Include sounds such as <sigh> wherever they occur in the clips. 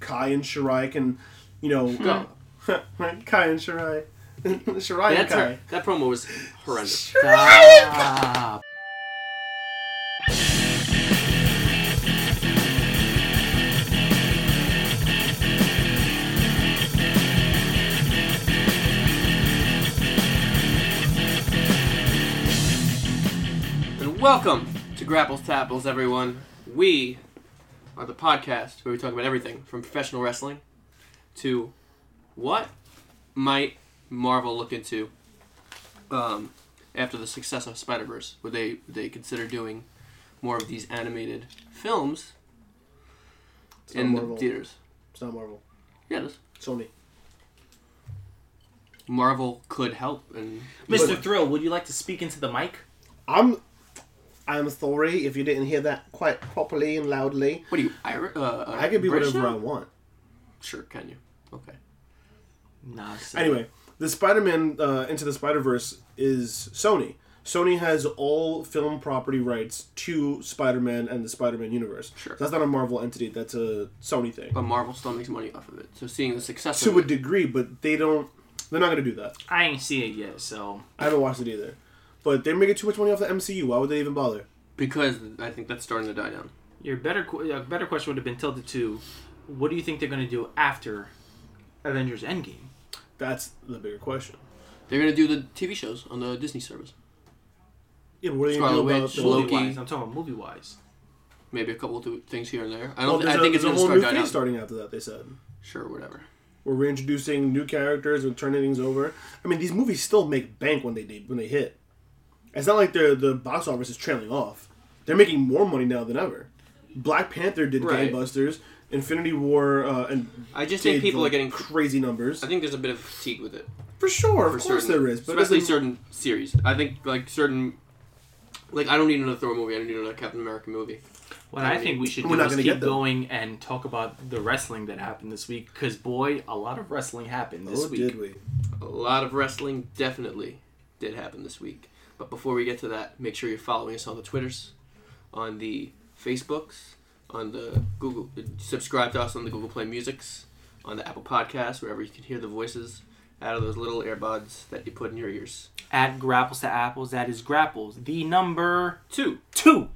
Kai and Shirai can, you know, <laughs> go. Kai and Shirai. <laughs> Shirai and That's Kai. her, that promo was horrendous. Stop. And welcome to Grapples Tapples, everyone. We are the podcast where we talk about everything from professional wrestling to what might Marvel look into um, after the success of Spider Verse. Would they would they consider doing more of these animated films It's not in the Marvel. theaters? It's not Marvel. Yeah, it is. Sony. Marvel could help and Mr. Thrill, would you like to speak into the mic? I'm. I'm sorry if you didn't hear that quite properly and loudly. What are you, Irish? Uh, I can be British whatever I now? want. Sure, can you? Okay. Nah. son. Anyway, the Spider-Man uh, Into the Spider-Verse is Sony. Sony has all film property rights to Spider-Man and the Spider-Man universe. Sure. That's not a Marvel entity. That's a Sony thing. But Marvel still makes money off of it. So seeing the success To of a it, degree, but they don't. They're not gonna do that. I ain't seen it yet, so I haven't watched it either. But they're making too much money off the MCU. Why would they even bother? because I think that's starting to die down. your better qu- uh, better question would have been tilted to, what do you think they're going to do after Avengers Endgame? That's the bigger question. They're gonna do the TV shows on the Disney service. Yeah, but what are they gonna Scarlet do about Witch, the Loki. Movie-wise, I'm talking about movie wise. Maybe a couple of th- things here and there. I Well, Oh, don't. thi- there's I a- think it's there's gonna a whole start new dying phase out. starting after that. They said Sure, whatever. we're reintroducing new characters and turning things over. I mean, these movies still make bank when they de- when they hit. It's not like the the box office is trailing off. They're making more money now than ever. Black Panther did Right. gangbusters. Infinity War uh, and I just think did, people like, are getting. Cr- crazy numbers I think there's a bit of fatigue with it. for sure. For of course, certain, there is, but especially it's a- certain series. I think like certain. Like I don't need another Thor movie. I don't need another Captain America movie. What I I mean, think we should we're do not is gonna keep get them. going and talk about the wrestling that happened this week, because boy, a lot of wrestling happened this oh, week. did we? A lot of wrestling definitely did happen this week. But before we get to that, make sure you're following us on the Twitters, on the Facebooks, on the Google. uh, Subscribe to us on the Google Play Musics, on the Apple Podcasts, wherever you can hear the voices out of those little earbuds that you put in your ears. At grapples to apples, that is grapples. The number Two two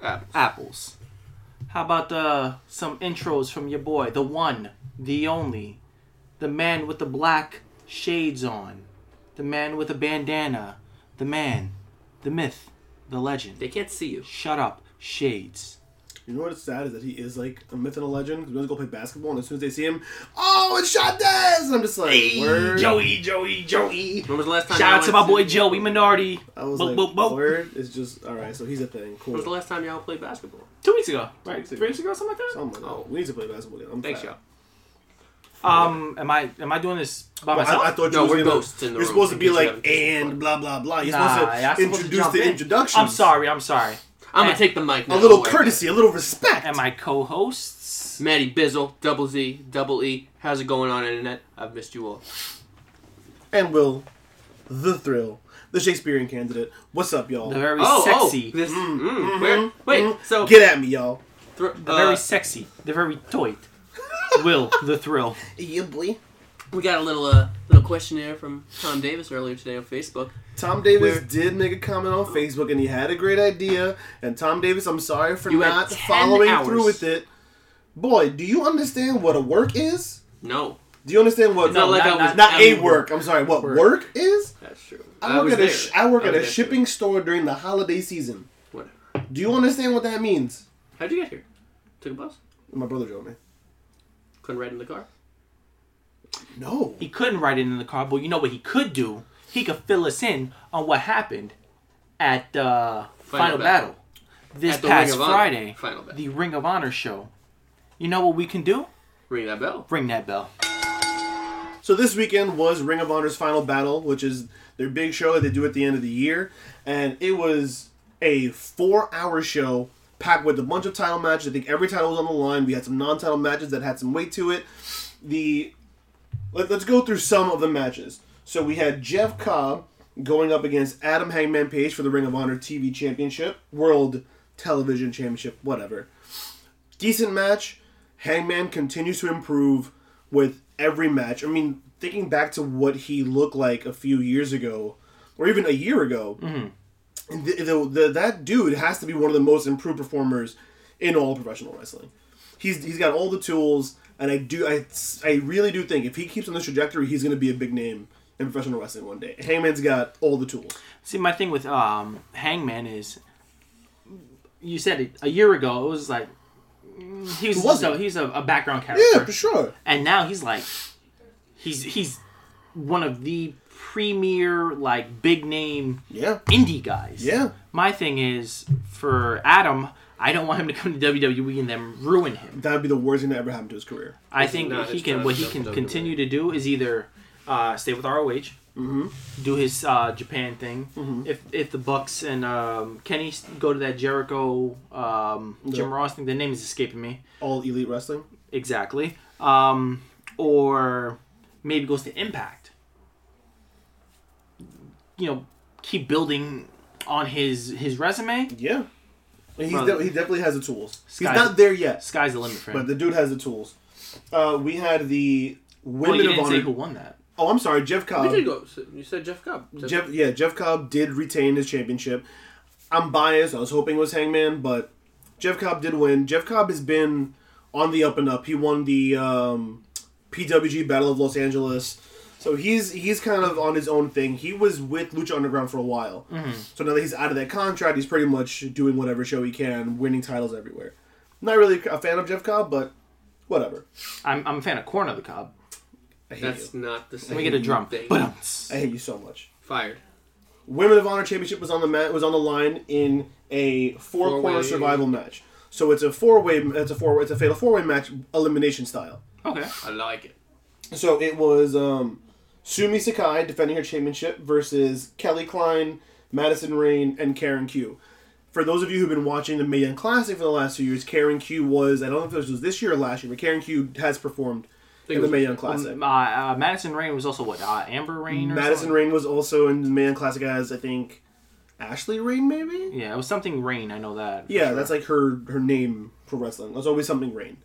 apples. apples. How about uh, some intros from your boy, the one, the only, the man with the black shades on, the man with a bandana, the man, the myth, the legend. They can't see you. Shut up, shades. You know what's sad is that he is like a myth and a legend. Because we go play basketball, and as soon as they see him, oh, it's Shantes! And I'm just like, word. Joey, Joey, Joey. When was the last time? Shout y'all out to went my boy Joey Minardi. I was Bo- like, bo- bo- word is just all right. So he's a thing. Cool. When was the last time y'all played basketball? Two weeks ago, right? weeks ago. Three weeks ago, something like that. Oh my god, Oh. we need to play basketball. Again. I'm Thanks, fat. y'all. Um, am I am I doing this by Well, myself? I, I thought you No, was we're gonna, ghosts in the You're room, supposed to in be case you like haven't seen and it. blah blah blah. You're Nah, supposed yeah, I'm to supposed to introduce jump the in. introduction. I'm sorry. I'm sorry. I'm Eh. gonna take the mic A now. little Don't worry. courtesy, a little respect. And my co-hosts. Maddie Bizzle, Double Z, Double E. How's it going on, Internet? I've missed you all. and Will, the thrill, the Shakespearean candidate. What's up, y'all? Hmm? The very Oh, sexy. oh, this. Mm, where, wait, so Mm-hmm. Get at me, y'all. Thro- the uh, very sexy. The very toit. Will the thrill. Yeah, boy. we got a little uh, little questionnaire from Tom Davis earlier today on Facebook. Tom Davis Where- did make a comment on Facebook, and he had a great idea. And Tom Davis, I'm sorry for You had not 10 following hours. through with it. Boy, do you understand what a work is? No, Do you understand what it's not like not- I was not- not a I- work? I'm sorry, what Work. work is? That's true. I work was at a there. sh- I work I at was a there. shipping store during the holiday season. Whatever. Do you understand what that means? How'd you get here? Took a bus. My brother drove me. Couldn't ride in the car. No. He couldn't write it in the car, but you know what he could do? He could fill us in on what happened at uh, Final, Battle, Battle. this At the past Ring of Honor Friday. Final Battle. The Ring of Honor show. You know what we can do? Ring that bell. Ring that bell. So this weekend was Ring of Honor's final battle, which is their big show that they do at the end of the year, and it was a four-hour show packed with a bunch of title matches. I think every title was on the line. We had some non-title matches that had some weight to it. The let, us go through some of the matches. So we had Jeff Cobb going up against Adam Hangman Page for the Ring of Honor TV Championship, World Television Championship, whatever. Decent match. Hangman continues to improve with every match. I mean, thinking back to what he looked like a few years ago, or even a year ago, th the, the, that dude has to be one of the most improved performers in all professional wrestling. He's he's got all the tools, and I do I I really do think if he keeps on this trajectory, he's going to be a big name in professional wrestling one day. Hangman's got all the tools. See, my thing with um, Hangman is, you said it a year ago. It was like mm, he was just wasn't. a, he's a, a background character, Yeah, for sure. and now he's like, he's he's one of the premier like big name Yeah, indie guys. yeah. My thing is for Adam, I don't want him to come to WWE and then ruin him. That would be the worst thing that ever happened to his career. I He's think not- he he's can not what he enough can WWE. continue to do is either uh, stay with ROH, Mm-hmm. do his uh, Japan thing. If if the Bucks and um, Kenny s- go to that Jericho um, Jim Yeah. Ross thing, the name is escaping me All elite wrestling. exactly. Um, or maybe goes to Impact. You know, keep building on his his resume. Yeah. He's Brother. de- he definitely has the tools. Sky's- He's not there yet, Sky's the limit for him. but the dude has the tools. Uh, we had the women Well, Oh, you of didn't honor. say who won that. Oh, I'm sorry, Jeff We Cobb. did go. You said Jeff Cobb. Jeff, yeah, Jeff Cobb did retain his championship. I'm biased. I was hoping it was Hangman, but Jeff Cobb did win. Jeff Cobb has been on the up and up. He won the um, PWG Battle of Los Angeles, so he's he's kind of on his own thing. He was with Lucha Underground for a while, so now that he's out of that contract, he's pretty much doing whatever show he can, winning titles everywhere. Not really a fan of Jeff Cobb, but whatever. I'm, I'm a fan of Corn of the Cob. I hate That's you. not the same. Let me get a drum. Thing. But I hate you so much. Fired. Women of Honor Championship was on the mat was on the line in a four corner Four-way. survival match. So it's a four way. It's a four. It's a fatal four way match, elimination style. okay. I like it. So it was um, Sumi Sakai defending her championship versus Kelly Klein, Madison Rain, and Karen Q. For those of you who've been watching the Mayan Classic for the last two years, Karen Q was I don't know if this was this year or last year, but Karen Q has performed think in it the was- Mayan Classic. Um, uh, uh, Madison Rain was also what? Uh, Amber Rain. Or Madison something? Rain was also in the Mayan Classic as I think Ashley Rain maybe. Yeah, it was something Rain. I know that. Yeah, that's like her her name for wrestling. It's always something Rain.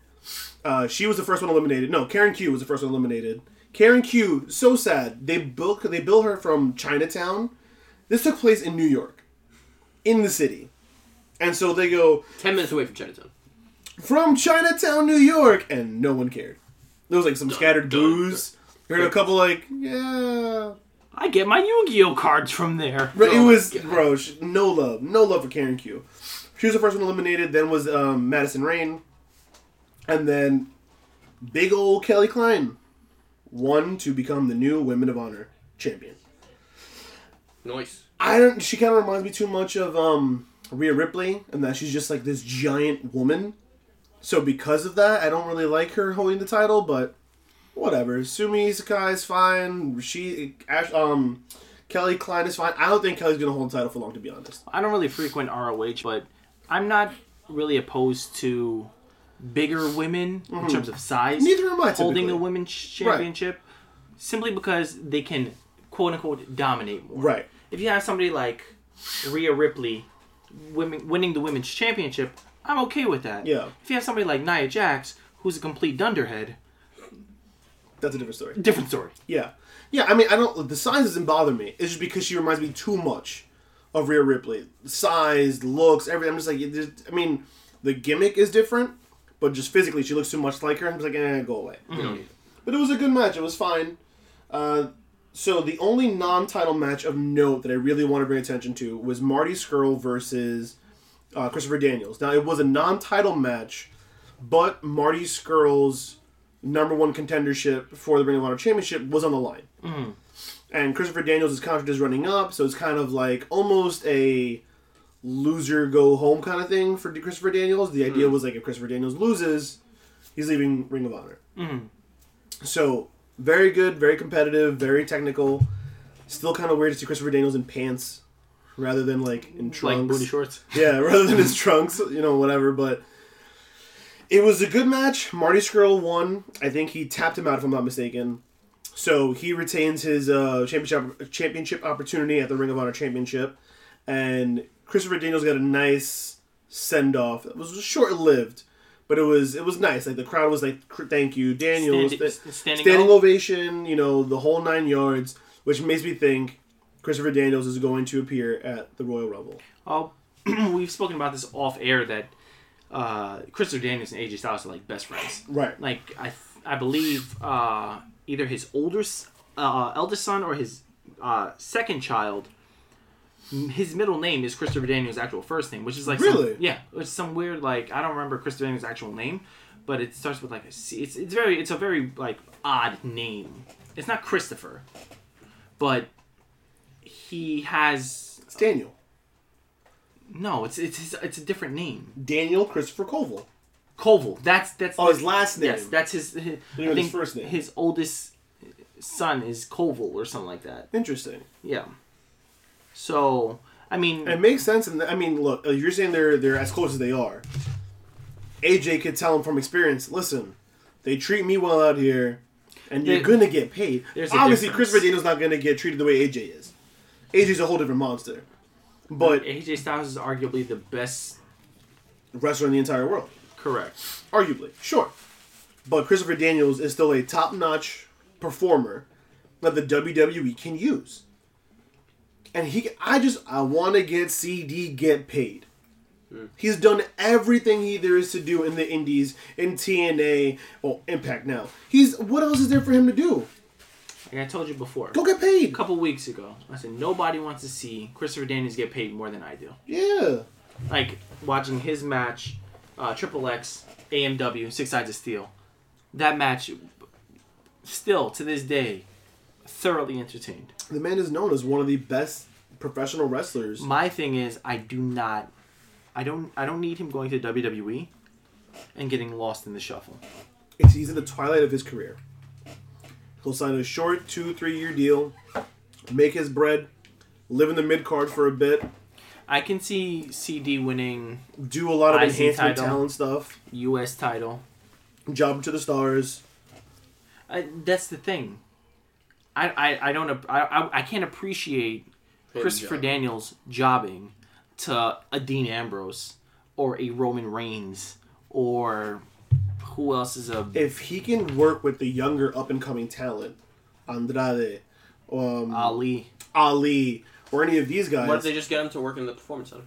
Uh, she was the first one eliminated. No, Karen Q was the first one eliminated. Karen Q, so sad. They built they built her from Chinatown. This took place in New York, in the city, and so they go Ten minutes away from Chinatown. from Chinatown, New York, and no one cared. There was like some scattered dun, boos. You heard a couple like yeah, I get my Yu-Gi-Oh cards from there. But it Oh, was God. bro, sh no love, no love for Karen Q. She was the first one eliminated. Then was um, Madison Rain, and then big old Kelly Klein won to become the new Women of Honor champion. Nice. I don't. She kind of reminds me too much of um, Rhea Ripley, and that she's just like this giant woman. So because of that, I don't really like her holding the title, but whatever. Sumi Sakai is fine. She, Ash, um, Kelly Klein is fine. I don't think Kelly's gonna hold the title for long, to be honest. I don't really frequent ROH, but I'm not really opposed to bigger women in terms of size. Mm-hmm. Neither am I. holding typically. a women's championship simply because they can quote unquote dominate more. Right. If you have somebody like Rhea Ripley women, winning the women's championship, I'm okay with that. Yeah. If you have somebody like Nia Jax, who's a complete dunderhead, That's a different story. different story. Yeah. Yeah, I mean, I don't. The size doesn't bother me. It's just because she reminds me too much of Rhea Ripley. Size, looks, everything. I'm just like, it just, I mean, the gimmick is different, but just physically, she looks too much like her. I'm just like, eh, go away. Mm-hmm. We don't need it. But it was a good match. It was fine. Uh, so the only non-title match of note that I really want to bring attention to was Marty Skrull versus uh, Christopher Daniels. Now it was a non-title match, but Marty Skrull's number one contendership for the Ring of Honor Championship was on the line. And Christopher Daniels' contract is running up, so it's kind of like almost a loser go home kind of thing for Christopher Daniels. The idea was like if Christopher Daniels loses, he's leaving Ring of Honor. So very good, very competitive, very technical. Still kind of weird to see Christopher Daniels in pants rather than like in trunks. Like booty shorts. Yeah, <laughs> rather than his trunks, you know, whatever. But it was a good match. Marty Skrull won. I think he tapped him out, if I'm not mistaken. So he retains his uh, championship championship opportunity at the Ring of Honor Championship, and Christopher Daniels got a nice send off. It was short lived, But it was it was nice. Like the crowd was like, "Cr- "Thank you, Daniel." Standing- Sta- s- standing standing o- ovation. You know the whole nine yards, which makes me think Christopher Daniels is going to appear at the Royal Rumble. Oh, <clears throat> we've spoken about this off air that uh, Christopher Daniels and AJ Styles are like best friends. Right. Like I, I believe uh, either his older, s- uh, eldest son or his uh, second child. m- His middle name is Christopher Daniels' actual first name, which is like some- Really? yeah, it's some weird like I don't remember Christopher Daniels' actual name, but it starts with like a C. It's it's very it's a very like odd name. It's not Christopher, but he has It's Daniel. no. It's it's his, it's a different name. Daniel Christopher Koval. Koval. That's that's Oh, his last name. Yes, that's his. his know his first name. His oldest son is Koval or something like that. Interesting. Yeah. So I mean, It makes sense, and I mean, look, uh, you're saying they're they're as close as they are. AJ could tell him from experience. Listen, they treat me well out here, and you're There- gonna get paid. there's a Obviously, difference. Christopher Daniels not gonna get treated the way AJ is. AJ's a whole different monster, but AJ Styles is arguably the best. wrestler in the entire world, Correct. arguably, sure. But Christopher Daniels is still a top-notch performer that the WWE can use, and he. I just I want to get CD get paid. He's done everything he there is to do in the Indies, in TNA, well, oh, Impact now. He's what else is there for him to do? Like I told you before, Go a get paid. couple weeks ago, I said nobody wants to see Christopher Daniels get paid more than I do. Yeah, Like watching his match, uh, Triple X, AMW, Six Sides of Steel. That match, still to this day, thoroughly entertained. the man is known as one of the best professional wrestlers. My thing is, I do not, I don't, I don't need him going to WWE and getting lost in the shuffle. It's, he's in the twilight of his career. He'll sign a short two, three year deal, make his bread, live in the mid card for a bit, I can see CD winning do a lot of IC enhancement title. talent stuff, U.S. title. job to the stars. I, that's the thing. I, I, I don't ap- I, I, I can't appreciate Christopher job. Daniels jobbing to a Dean Ambrose or a Roman Reigns or who else is a If he can work with the younger up and coming talent, Andrade, um, Ali. Ali, or any of these What if guys, they just get him to work in the performance center?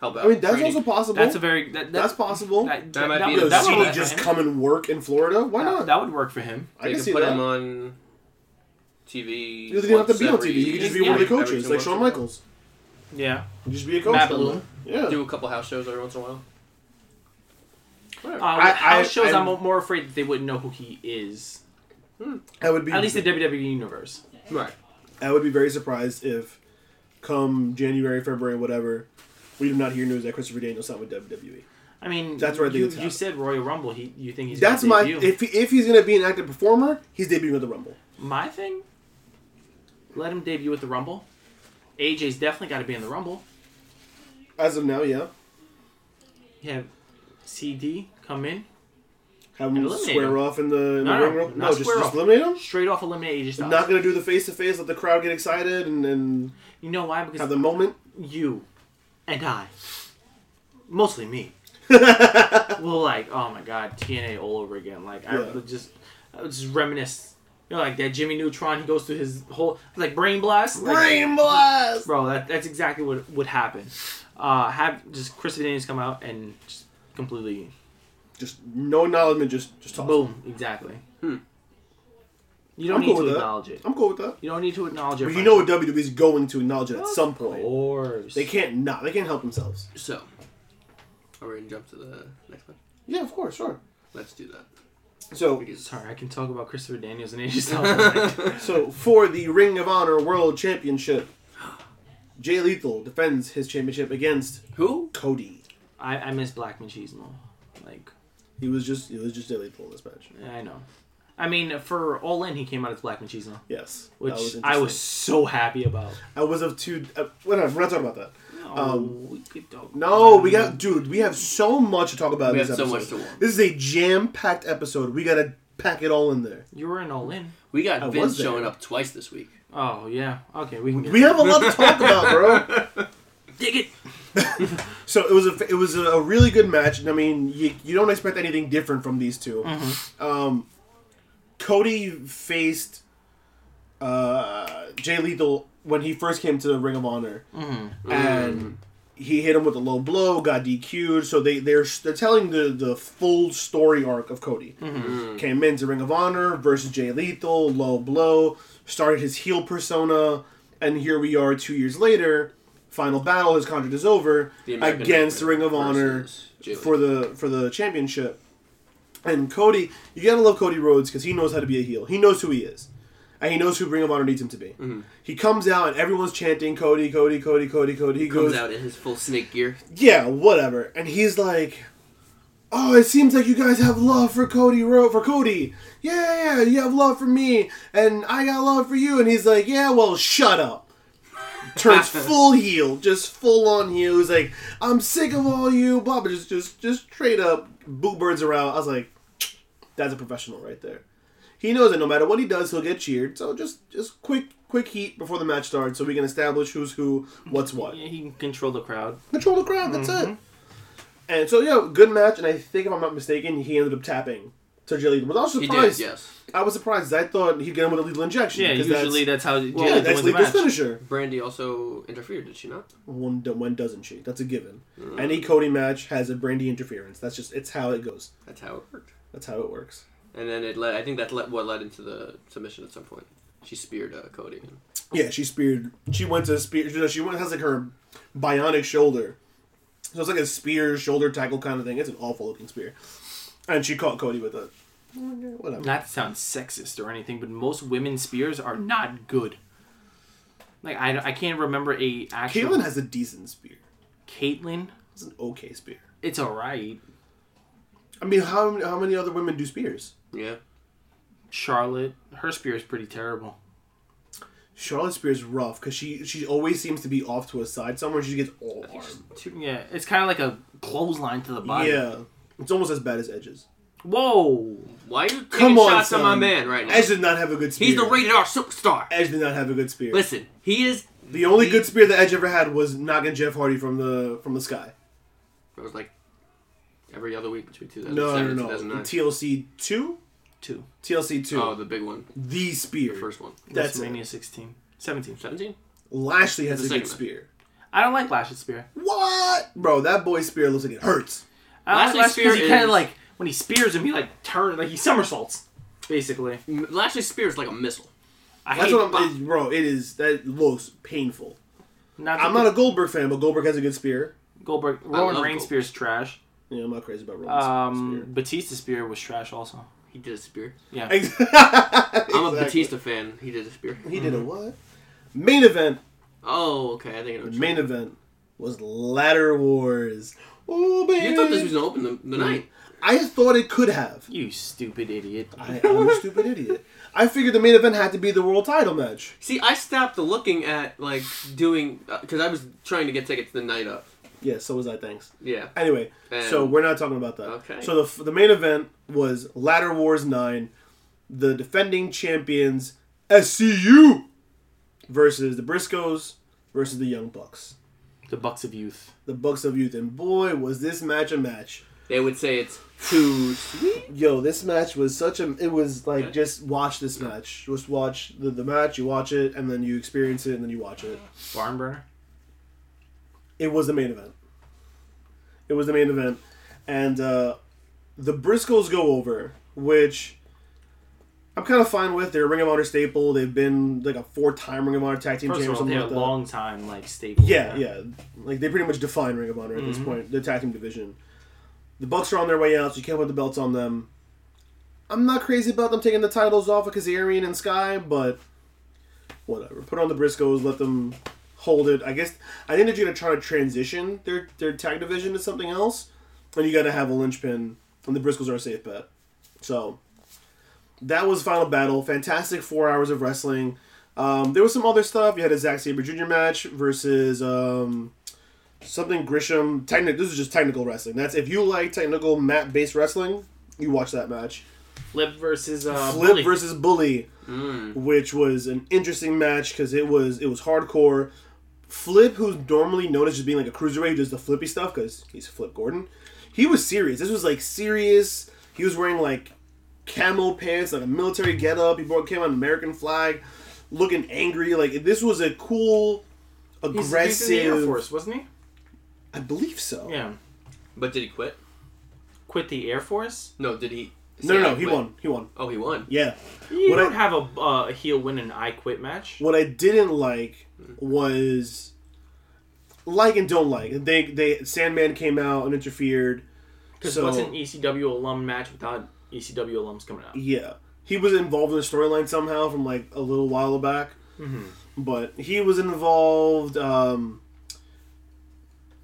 Help out. I mean, that's Training. also possible. That's a very that, that- That's possible. That, That might be would- the Does that would he best work for just him. come and work in Florida? Why That- not? that would work for him. I They can could see put that. him on TV. you don't even have to be on once TV. You could just be Yeah. one of the every coaches, two like months Shawn or- Michaels. Yeah. You just be a coach. Matt then. Balloon. Yeah. Do a couple house shows every once in a while. Uh, Whatever. I- house I- shows, I'm, I'm- more afraid that they wouldn't know who he is. I would be At least the WWE universe. right. I would be very surprised if, come January, February, whatever, we do not hear news that Christopher Daniels signed with E. WWE. I mean, That's where I think you, it's you happening. said Royal Rumble. He, you think he's That's gonna my debut. if he, if he's gonna be an active performer, he's debuting at the Rumble. my thing. Let him debut with the Rumble. AJ's definitely got to be in the Rumble. As of now, yeah, You have CD come in, have him Eliminate square him. off in the, in the No, no, ring. No, not just, square just off. eliminate him. straight off eliminate AJ Styles. Not gonna do the face to face, let the crowd get excited and, and you know why? Because have the moment. <laughs> you and I, mostly me, will like, oh my god, TNA all over again. Like I Yeah. would just, I would just reminisce. You know, like that Jimmy Neutron, he goes through his whole like brain blast. Like, Brain blast. bro. That, that's exactly what would happen. Uh, have just Chris Daniels come out and just completely Just no acknowledgement, just just toss. boom, exactly. Hmm. You I'm don't need cool to with that. acknowledge it. I'm cool with that. You don't need to acknowledge it. But you know what WWE is going to acknowledge it at Of some point. course. They can't not. They can't help themselves. So, are we gonna jump to the next one? Yeah, of course, sure. Let's do that. So We can- Sorry, I can talk about Christopher Daniels <laughs> and AJ Styles. So for the Ring of Honor World Championship, Jay Lethal defends his championship against Who? Cody. I, I miss Black Machismo. Like, He was just it was just Jay Lethal in this match. I know. I mean, for All In, he came out as Black Machismo, Yes, that which I interesting. was so happy about. I was of two. Uh, whatever. We're not talking about that. Oh, we could talk Um, No, we got dude. We have so much to talk about. We in this have so episode. much to watch. This is a jam-packed episode. We gotta pack it all in there. You were in All In. We got I was Vince there. showing up twice this week. Oh yeah. Okay, we can. <laughs> Get We have a lot to talk about, bro. dig it. So it was a it was a really good match. and I mean, you, you don't expect anything different from these 2 Um, Cody faced uh, Jay Lethal when he first came to the Ring of Honor, and he hit him with a low blow, got DQ'd. So they they're they're telling the the full story arc of Cody. Mm. Came into Ring of Honor versus Jay Lethal, low blow, started his heel persona, and here we are two years later. Final battle, his contract is over The American against the Ring Nightmare of Honor versus Jay for the for the championship. And Cody, you gotta love Cody Rhodes because he knows how to be a heel. He knows who he is, and he knows who Ring of Honor needs him to be. Mm-hmm. He comes out and everyone's chanting Cody, Cody, Cody, Cody, Cody. He comes goes, out in his full snake gear. yeah, whatever. And he's like, "Oh, it seems like you guys have love for Cody Ro- for Cody. Yeah, yeah, you have love for me, and I got love for you." And he's like, "Yeah, well, shut up." Turns full heel, just full on heel. He's like, "I'm sick of all you." Blah, blah, just, just, just straight up boo birds around. I was like, "That's a professional right there." He knows that no matter what he does, he'll get cheered. So just, just quick, quick heat before the match starts, so we can establish who's who, what's what Yeah, he can control the crowd. control the crowd. That's it. Mm-hmm. And so yeah, good match. And I think if I'm not mistaken, he ended up tapping to Jay Lethal. But I was He surprised. did, yes. I was surprised. 'cause I thought he'd get him with a lethal injection. Yeah, 'cause usually that's, that's, how you Well, yeah, that that's win the Lethal's match. finisher. Brandy also interfered, did she not? One do- when doesn't she? That's a given. Mm. Any Cody match has a Brandy interference. That's just it's how it goes. That's how it worked. That's how it works. And then it led. I think that led what led into the submission at some point. She speared uh, Cody. Yeah, she speared. She went to spear. You know, she went has like her bionic shoulder. So it's like a spear shoulder tackle kind of thing. It's an awful looking spear, and she caught Cody with it. Whatever. Not to sound sexist or anything, but most women's spears are not good. Like I, I can't remember a actual Caitlyn has a decent spear. Caitlyn. It's an okay spear. It's alright. I mean, how how many other women do spears? Yeah. Charlotte, her spear is pretty terrible. Charlotte Spears rough because she she always seems to be off to a side somewhere. She gets all arm. Yeah, it's kind of like a clothesline to the body. Yeah, it's almost as bad as Edges. Whoa. Why are you taking Come on, shots son. at my man right now? Edge did not have a good spear. He's the rated R superstar. Edge did not have a good spear. Listen, he is. the only good spear that Edge ever had was knocking Jeff Hardy from the from the sky. It was like every other week between 2007 No, no, and no. 2009. TLC two, Two. TLC two. oh, the big one, the spear. the first one. That's WrestleMania it. 16. 17. 17? Lashley has The a good second one. spear. I don't like Lash's spear. What, bro? That boy's spear looks like it hurts. I don't like Lash's Lash because spear he kind is- of like, when he spears him, he like turns, like he somersaults, basically. M- Mm. Lashley's spear is like a missile. I That's hate what Bob- I'm, it- bro. It is that looks painful. not I'm not a Goldberg fan, but Goldberg has a good spear. Goldberg. love Roman Goldberg. Reigns spear's trash. Yeah, I'm not crazy about Roman's Um, <laughs> spear. Batista's spear was trash also. He did a spear. Yeah. I'm I'm a Batista fan. He did a spear. He did a what? Mm-hmm. Main event. Oh, okay. I think I know. The what main event was Ladder Wars. Oh you're- baby. You thought this was gonna open the, the Mm. night? I thought it could have. You stupid idiot. I, <laughs> I'm a stupid idiot. I figured the main event had to be the world title match. See, I stopped looking at like doing because I was trying to get tickets the night of. Yeah, so was I. Thanks. Yeah. Anyway, so And- we're not talking about that. Okay. So the, f- the main event was Ladder Wars 9, the defending champions SCU versus the Briscoes versus the Young Bucks. The Bucks of Youth. The Bucks of Youth. And boy, was this match a match. They would say it's too sweet. Yo, this match was such a. It was like Okay. just watch this match. Just watch the, the match, you watch it, and then you experience it, and then you watch it. Barn burner. It was the main event. It was the main event. And uh, the Briscoes go over, which I'm kind of fine with. They're a Ring of Honor staple. They've been like a four time Ring of Honor tag team First champion. of all, something they're a like that. long time like staple. Yeah, yeah. Like they pretty much define Ring of Honor at this point, the tag team division. The Bucks are on their way out, so you can't put the belts on them. I'm not crazy about them taking the titles off of Kazarian and Sky, but whatever. Put on the Briscoes, let them hold it. I guess I think they're gonna try to transition their their tag division to something else, and you got to have a linchpin, and the Briscoes are a safe bet. So that was Final Battle. Fantastic four hours of wrestling. Um, there was some other stuff. You had a Zack Sabre Jr. match versus um, something Grisham. Technic. This is just technical wrestling. That's if you like technical mat based wrestling, you watch that match. Flip versus uh, Flip Bully. Mm. versus Bully, which was an interesting match because it was it was hardcore. Flip, who's normally noticed as being like a cruiserweight, who does the flippy stuff because he's Flip Gordon. He was serious. This was like serious. He was wearing like camo pants, like a military getup. He brought came on American flag, looking angry. Like this was a cool, He's, aggressive. he's in the Air Force, wasn't he? I believe so. Yeah. But did he quit? Quit the Air Force? No, did he? No, no, say, no. "I He quit"? won. He won. Oh, he won. Yeah. You What don't I- have a, uh, a heel win and I quit match. What I didn't like was like and don't like. They they Sandman came out and interfered. Because So- what's an ECW alum match without ECW alums coming out? Yeah, he was involved in the storyline somehow from like a little while back. But he was involved. Um,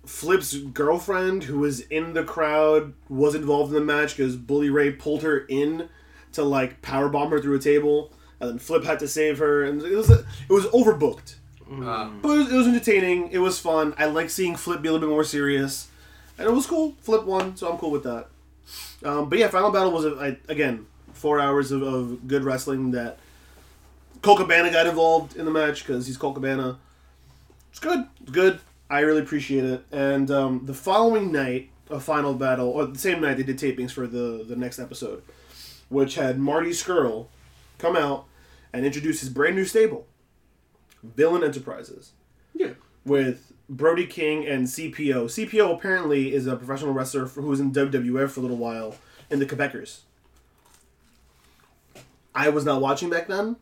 Flip's girlfriend, who was in the crowd, was involved in the match because Bully Ray pulled her in to like power bomb her through a table, and then Flip had to save her, and it was it was overbooked. Uh, But it was, it was entertaining. It was fun. I like seeing Flip be a little bit more serious, and it was cool. Flip won, so I'm cool with that. Um, but yeah, Final Battle was a, I, again four hours of, of good wrestling. That Cole Cabana got involved in the match because he's Cole Cabana. It's good. It's good. I really appreciate it. And um, the following night of Final Battle, or the same night, they did tapings for the the next episode, which had Marty Skrull come out and introduce his brand new stable, Villain Enterprises yeah. with Brody King and CPO. CPO apparently is a professional wrestler who was in WWF for a little while in the Quebecers. I was not watching back then.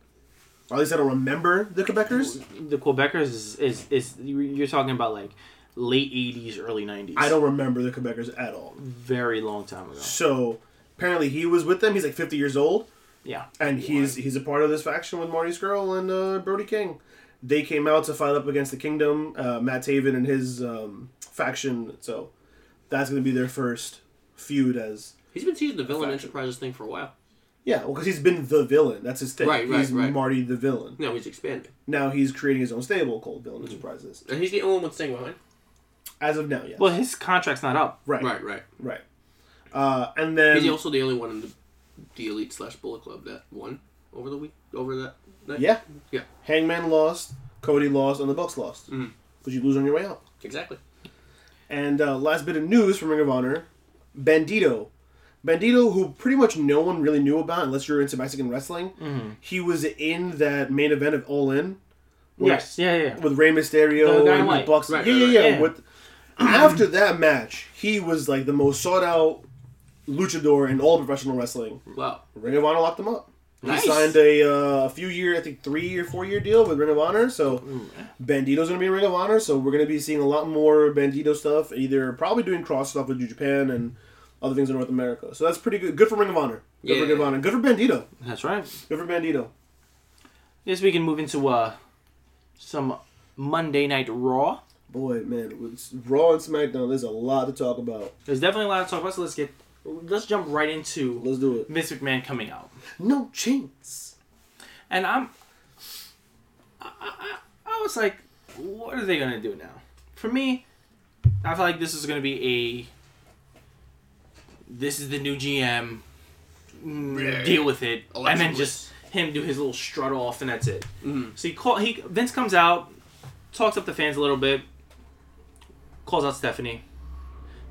Or at least I don't remember the Quebecers. The Quebecers is, is, is you're talking about like late 80s, early 90s. I don't remember the Quebecers at all. Very long time ago. So apparently he was with them. He's like 50 years old. Yeah. And he's he's a part of this faction with Marty Skrull and uh, Brody King. They came out to fight up against the Kingdom, uh, Matt Taven and his um, faction. So that's going to be their first feud as He's been teasing the villain Faction. enterprises thing for a while. Yeah, well, because he's been the villain. That's his thing. Right, right, he's right. Marty the villain. No, he's expanding, Now he's creating his own stable called Villain Mm-hmm. Enterprises. and he's the only one staying behind. As of now, yeah. Well, his contract's not up. right, right. Right, right. Uh, and He's then, also the only one in the, the elite slash bullet club that won over the week over that. Night. yeah. Yeah. Hangman lost, Cody lost, and the Bucks lost. Because Mhm. you lose on your way out. exactly. And uh, last bit of news from Ring of Honor Bandito. Bandito, who pretty much no one really knew about unless you're into Mexican wrestling, Mm-hmm. he was in that main event of All In. where- Yes. Yeah, yeah. yeah. with Rey Mysterio The guy in and the white. Bucks. Right, yeah, right, yeah, yeah. right. With after that match, he was like the most sought out luchador in all professional wrestling. Wow. Ring of Honor locked him up. Nice. He signed a uh, few year, I think three or four year deal with Ring of Honor. So Bandito's gonna be in Ring of Honor. So we're gonna be seeing a lot more Bandito stuff. Either probably doing cross stuff with New Japan and other things in North America. So that's pretty good. Good for Ring of Honor. Good for Yeah. Ring of Honor. Good for Bandito. That's right. Good for Bandito. Yes, we can move into uh some Monday Night Raw. Boy, man, with Raw and SmackDown, there's a lot to talk about. There's definitely a lot to talk about. So let's get let's jump right into Let's do it. Miss McMahon coming out. No chance. And I'm, I, I, I was like, what are they gonna do now? For me, I feel like this is gonna be a. This is the new GM. mm, Yeah. Deal with it, and Alexa then Bliss. Mm-hmm. just him do his little strut off, and that's it. So he call he Vince comes out, talks up the fans a little bit, calls out Stephanie,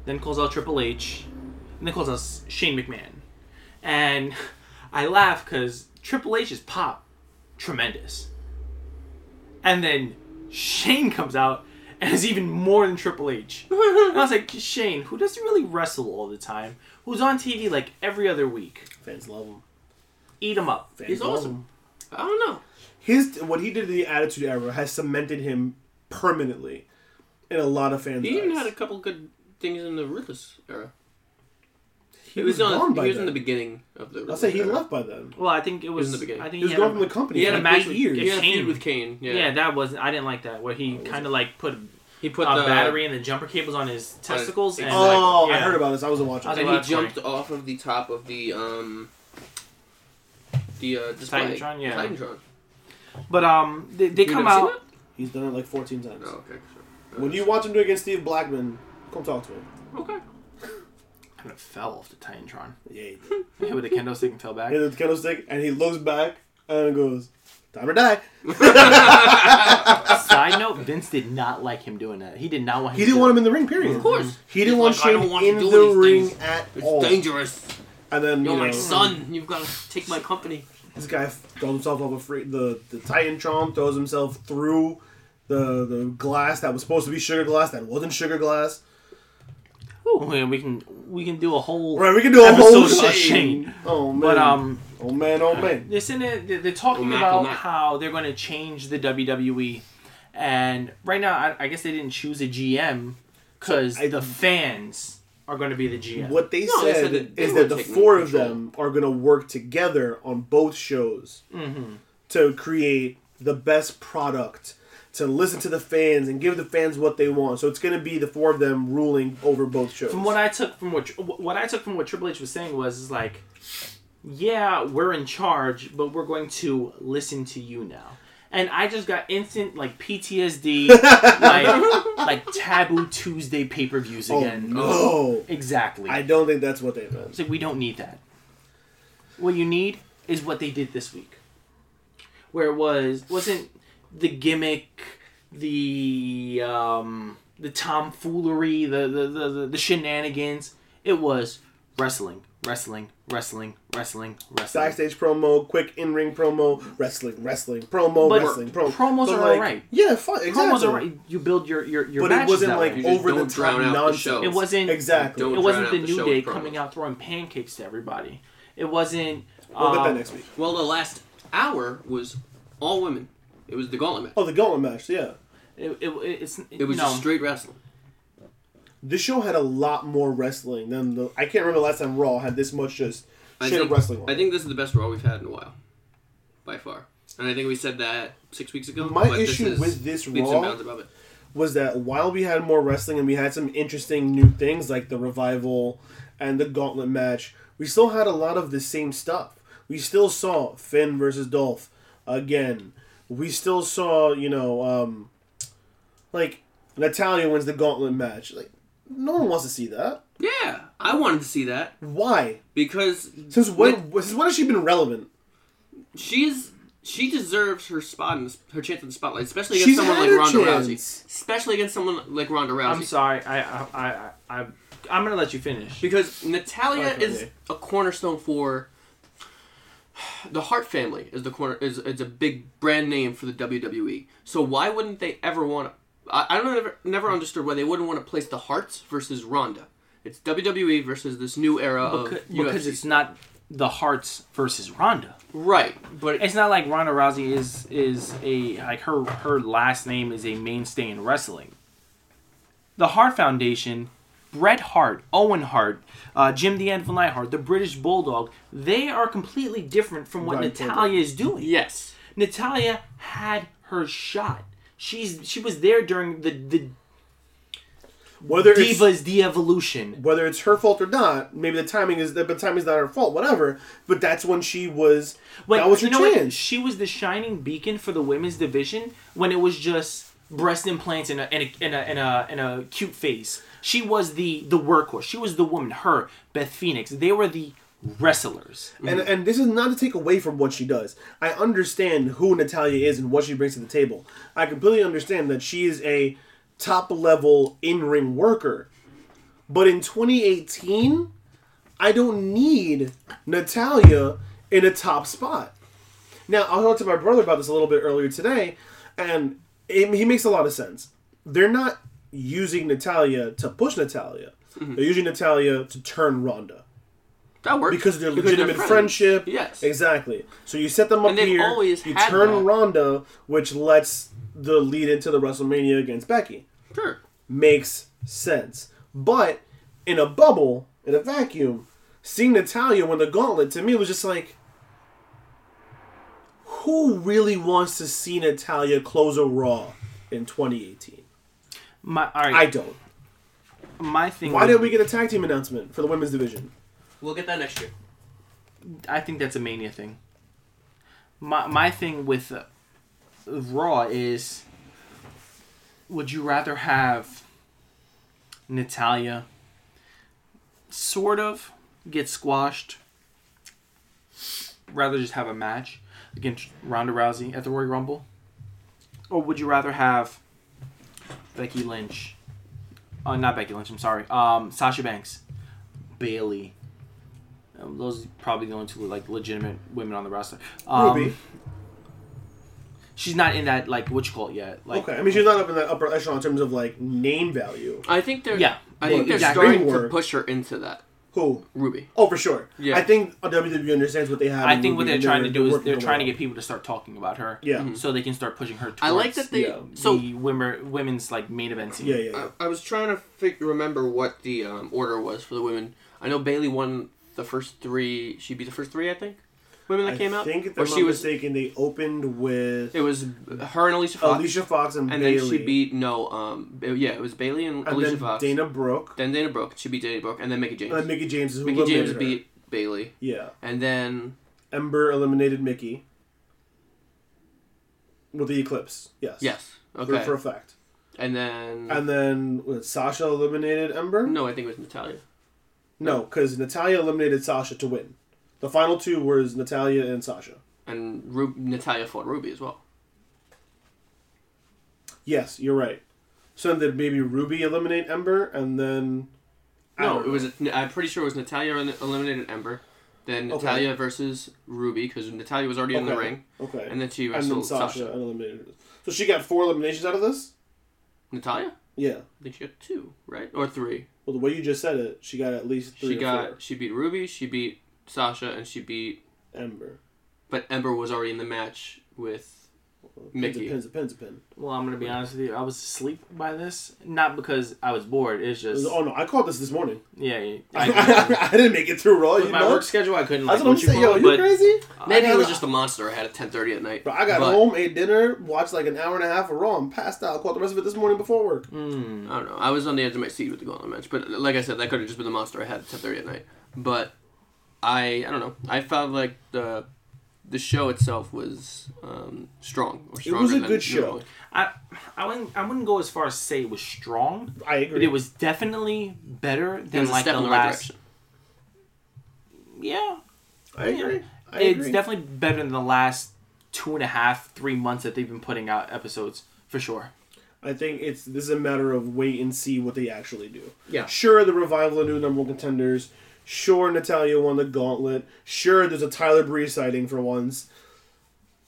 then calls out Triple H, and then calls out Shane McMahon. And <laughs> I laugh because Triple H is pop tremendous. And then Shane comes out and is even more than <laughs> Triple H. And I was like, Shane, who doesn't really wrestle all the time, who's on TV like every other week, Fans love him. eat him up. Fans He's love awesome. him. I don't know. His what he did to the Attitude Era has cemented him permanently in a lot of fans. He even eyes. had a couple good things in the Ruthless era. he He was, on. gone He by was in the then. beginning of the. I'll Ruthless say he era. left by then. Well, I think it was. in the beginning. I think He was had gone a- from the company. He had for a like match eight with years. He had a feud Kane. with Kane. Yeah. Yeah. that wasn't. I didn't like that. Where he kind of like put He put a the battery and the jumper cables on his testicles. and, exactly. Oh, I Yeah. heard about this. I wasn't watching. I was and Well, he that's jumped off of the top of the um the uh display. Titantron, yeah. Titantron. You But um, they, they come haven't out. seen He's done it like 14 times. that? Oh, okay. Sure. When you watch him do it against Steve Blackman, come talk to him. okay. Kind of fell off the Titantron. Yeah, he did. Yeah, with a kendo stick and fell back. He had the candlestick, and he looks back and goes, time or <laughs> die. <laughs> Side note: Vince did not like him doing that. He did not want. Him He didn't want him in the ring. Period. Of course. He didn't He's want like, I Shane don't want you in doing the these ring things. at Mm-hmm. It's all. dangerous. And then You're you know, my son. You've got to take my company. this guy throws himself off a free, the the Titan Trom throws himself through the the glass that was supposed to be sugar glass that wasn't sugar glass. Ooh, we can we can do a whole Right, we can do a whole episode on Shane. Shane. Oh man. But um, Oh man. Oh man. they're sitting there, they're, they're talking Oh, Mac, oh, about Mac. how they're going to change the WWE, and right now I, I guess they didn't choose a GM because I- the fans are going to be the GM. What they No, they said, said that they is were that the taking four of control. them are going to work together on both shows Mm-hmm. to create the best product, to listen to the fans and give the fans what they want. So it's going to be the four of them ruling over both shows. From what I took from what what I took from what Triple H was saying was is like, yeah, we're in charge, but we're going to listen to you now. And I just got instant <laughs> like PTSD, like like Taboo Tuesday pay per views oh, again. no. Exactly. I don't think that's what they meant. It's like we don't need that. What you need is what they did this week, where it was wasn't the gimmick, the um, the tomfoolery, the the, the the the shenanigans. It was wrestling, wrestling, wrestling, wrestling, wrestling. Backstage promo, quick in ring promo, wrestling, wrestling, promo, But wrestling, promo. promos But, are like, alright. Yeah, fine, exactly. Promos are right. You build your your your But it matches wasn't that like way. You just over the don't top drown out the nonsense. show. It wasn't- exactly. Don't- It wasn't drown the out the New show Day with promos. coming out throwing pancakes to everybody. It wasn't. We'll get that um, next week. Well, the last hour was all women. It was the gauntlet match. Oh, the Gauntlet match. Yeah, It, it, it's, It was no. just straight wrestling. this show had a lot more wrestling than the. I can't remember the last time Raw had this much just I shit think, wrestling. on I it. think this is the best Raw we've had in a while, by far. And I think we said that six weeks ago. My but issue this is with this leaps Raw- and bounds above it. was that while we had more wrestling and we had some interesting new things like the revival and the gauntlet match, we still had a lot of the same stuff. We still saw Finn versus Dolph again. We still saw, you know, um, like Natalia wins the gauntlet match. Like, no one wants to see that. Yeah, I wanted to see that Why? because Since when? Since when has she been relevant? she's she deserves her spot in the, her chance in the spotlight, especially against She's someone had like her Ronda chance. Rousey. Especially against someone like Ronda Rousey. I'm sorry. I I I I I'm- I'm gonna let you finish. Because Natalia Okay. is a cornerstone for the Hart family is the corner is it's a big brand name for the WWE. So why wouldn't they ever want to? I, I don't ever never understood why they wouldn't want to place the Hearts versus Ronda. It's WWE versus this new era Because, of because UFC. it's not the Hearts versus Ronda. right, but It's not like Ronda Rousey is is a like her her last name is a mainstay in wrestling. The Hart Foundation, Bret Hart, Owen Hart, uh, Jim the Anvil Neidhart, the British Bulldog, they are completely different from what Right, Natalia is doing. yes, Natalia had her shot. She's she was there during the the Whether it's- Divas de evolution. whether it's her fault or not, maybe the timing is the timing's not her fault, whatever. But that's when she was. When, that was her you know what? chance. She was the shining beacon for the women's division when it was just breast implants and a and a and a and a, and a cute face. She was the the workhorse. She was the woman. Her Beth Phoenix. They were the wrestlers. And and this is not to take away from what she does. I understand who Natalia is and what she brings to the table. I completely understand that she is a top level in ring worker. But in 2018, I don't need Natalia in a top spot. Now, I talked to my brother about this a little bit earlier today, and it, he makes a lot of sense. They're not using Natalia to push Natalia. They're using Natalia to turn Ronda that works because they're they're legitimate friends. friendship. Yes, exactly. So you set them up And they've here. always you had turn that. Ronda, which lets the lead into the WrestleMania against Becky. sure. Makes sense, but in a bubble, in a vacuum, seeing Natalia win the gauntlet to me was just like, who really wants to see Natalia close a Raw in 2018? My all I right. don't. my thing. Why would did we be- get a tag team announcement for the women's division? We'll get that next year. I think that's a mania thing. My my thing with uh, Raw is, would you rather have Natalia sort of get squashed, rather just have a match, against Ronda Rousey at the Royal Rumble? Or would you rather have Becky Lynch? Uh, not Becky Lynch. I'm sorry. Um, Sasha Banks, Bailey. Um, those are probably the only two like legitimate women on the roster. Um, Ruby. She's not in that like what you call it yet. Like okay, I mean she's not up in that upper echelon in terms of like name value. I think they're Yeah. I think Well, they're exactly. starting to Work. push her into that Who? Ruby. Oh, for sure. Yeah. I think WWE E understands what they have. I in think what Ruby they're and trying to do is working they're the trying to way. get people to start talking about her. Yeah. So they can start pushing her. Towards, I like that they yeah, so the women women's like main event scene. Yeah, yeah, yeah. I, I was trying to fig- remember what the um, order was for the women. I know Bailey won the first three. She beat the first three, I think. Women that I came out. think if or I'm she not was. mistaken, they opened with It was her and Alicia Fox, Alicia Fox and, and Bailey, then she beat no. Um, it- yeah, it was Bailey and, and Alicia then Fox. Dana Brooke, then Dana Brooke. She beat Dana Brooke, and then Mickey James. and then Mickey James is who Mickey eliminated James her. beat Bailey, Yeah, and then Ember eliminated Mickey with the Eclipse. Yes. yes, For, okay, for a fact. and then And then was it Sasha eliminated Ember. no, I think it was Natalia. No, because Natalia eliminated Sasha to win. The final two was Natalia and Sasha. and Ru- Natalia fought Ruby as well. Yes, you're right. So then maybe Ruby eliminate Ember, and then I No, don't it was. I'm pretty sure it was Natalia en- eliminated Ember, then Okay. Natalia versus Ruby because Natalia was already in the Okay. ring, okay, and then she and wrestled then Sasha, Sasha. and eliminated. her. So she got four eliminations out of this. Natalia, Yeah. I think she got two, right, or three. Well, the way you just said it, she got at least three. she or got. four. She beat Ruby. She beat Sasha, and she beat. Ember. But Ember was already in the match with. Mickey. Pins a pin, pins a pin. Well, I'm gonna be honest with you. I was asleep by this, not because I was bored. It's It just was- oh no, I caught this this morning. <laughs> yeah. yeah I, I, didn't make it through Raw. with You my know? work schedule, I couldn't. Like, That's what I'm what you saying. Yo, call are it, you but crazy? Maybe I it was got- just a monster I had at 10:30 at night. Bro, I got but, home, ate dinner, watched like an hour and a half of Raw, and passed out. Caught the rest of it this morning before work. Mm. I don't know. I was on the edge of my seat with the gauntlet match, but like I said, that could have just been the monster I had at ten thirty at night. But I, I don't know. I felt like the the show itself was um, strong. Or It was stronger a than good show. normally. I, I wouldn't. I wouldn't go as far as to say it was strong, I but agree. it was definitely better It than was a like step the in the right last. direction. Yeah, I agree. I it's agree. definitely better than the last two and a half, three months that they've been putting out episodes for sure. I think it's this is a matter of wait and see what they actually do. Yeah. Sure, the revival are new number one contenders. Sure, Natalia won the gauntlet. Sure, there's a Tyler Breeze sighting for once.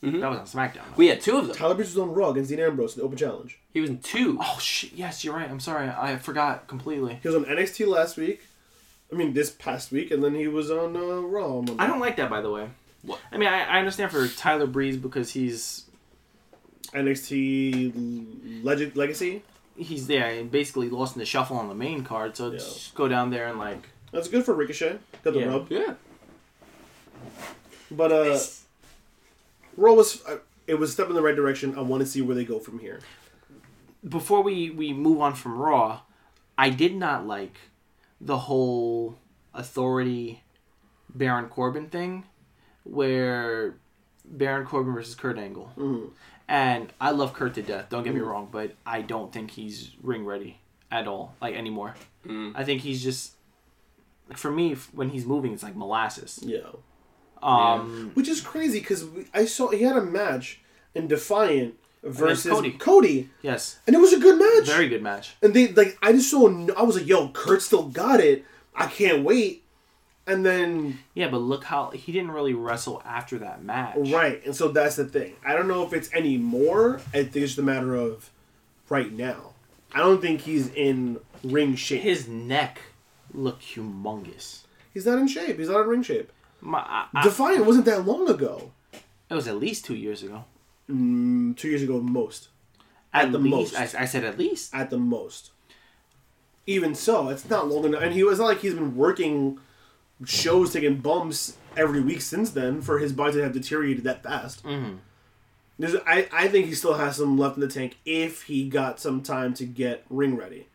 That was on SmackDown. though. We had two of them. Tyler Breeze was on Raw against Dean Ambrose in the Open Challenge. He was in two. oh shit! Yes, you're right. I'm sorry. I forgot completely. He was on NXT last week. I mean, this past week, and then he was on uh, Raw. on Monday. I don't like that, by the way. What? I mean, I, I understand for Tyler Breeze because he's NXT Legend Legacy. he's there and basically lost in the shuffle on the main card, so just go down there and like That's good for Ricochet. Got the Yeah. rub. Yeah. But uh, Raw was uh, it was a step in the right direction. I want to see where they go from here. before we we move on from Raw, I did not like the whole authority Baron Corbin thing, where Baron Corbin versus Kurt Angle, and I love Kurt to death. Don't get me wrong, but I don't think he's ring ready at all, like anymore. I think he's just like for me f- when he's moving, it's like molasses. Yeah. Um, Which is crazy because I saw he had a match in Defiant versus Cody. Cody. yes, and it was a good match. very good match. And they like I just saw no, I was like, "Yo, Kurt still got it. I can't wait." And then Yeah, but look how he didn't really wrestle after that match. right, and so that's the thing. I don't know if it's any more. I think it's just a matter of right now. I don't think he's in ring shape. His neck looked humongous. he's not in shape. He's not in ring shape. My, I, I- Defiant wasn't that long ago. it was at least two years ago. Mm, Two years ago, most At, the least, most. I, I said at least. at the most. Even so, it's not long enough. And he was not like he's been working shows, taking bumps every week since then for his body to have deteriorated that fast. Mm-hmm. There's, I, I think he still has some left in the tank if he got some time to get ring ready,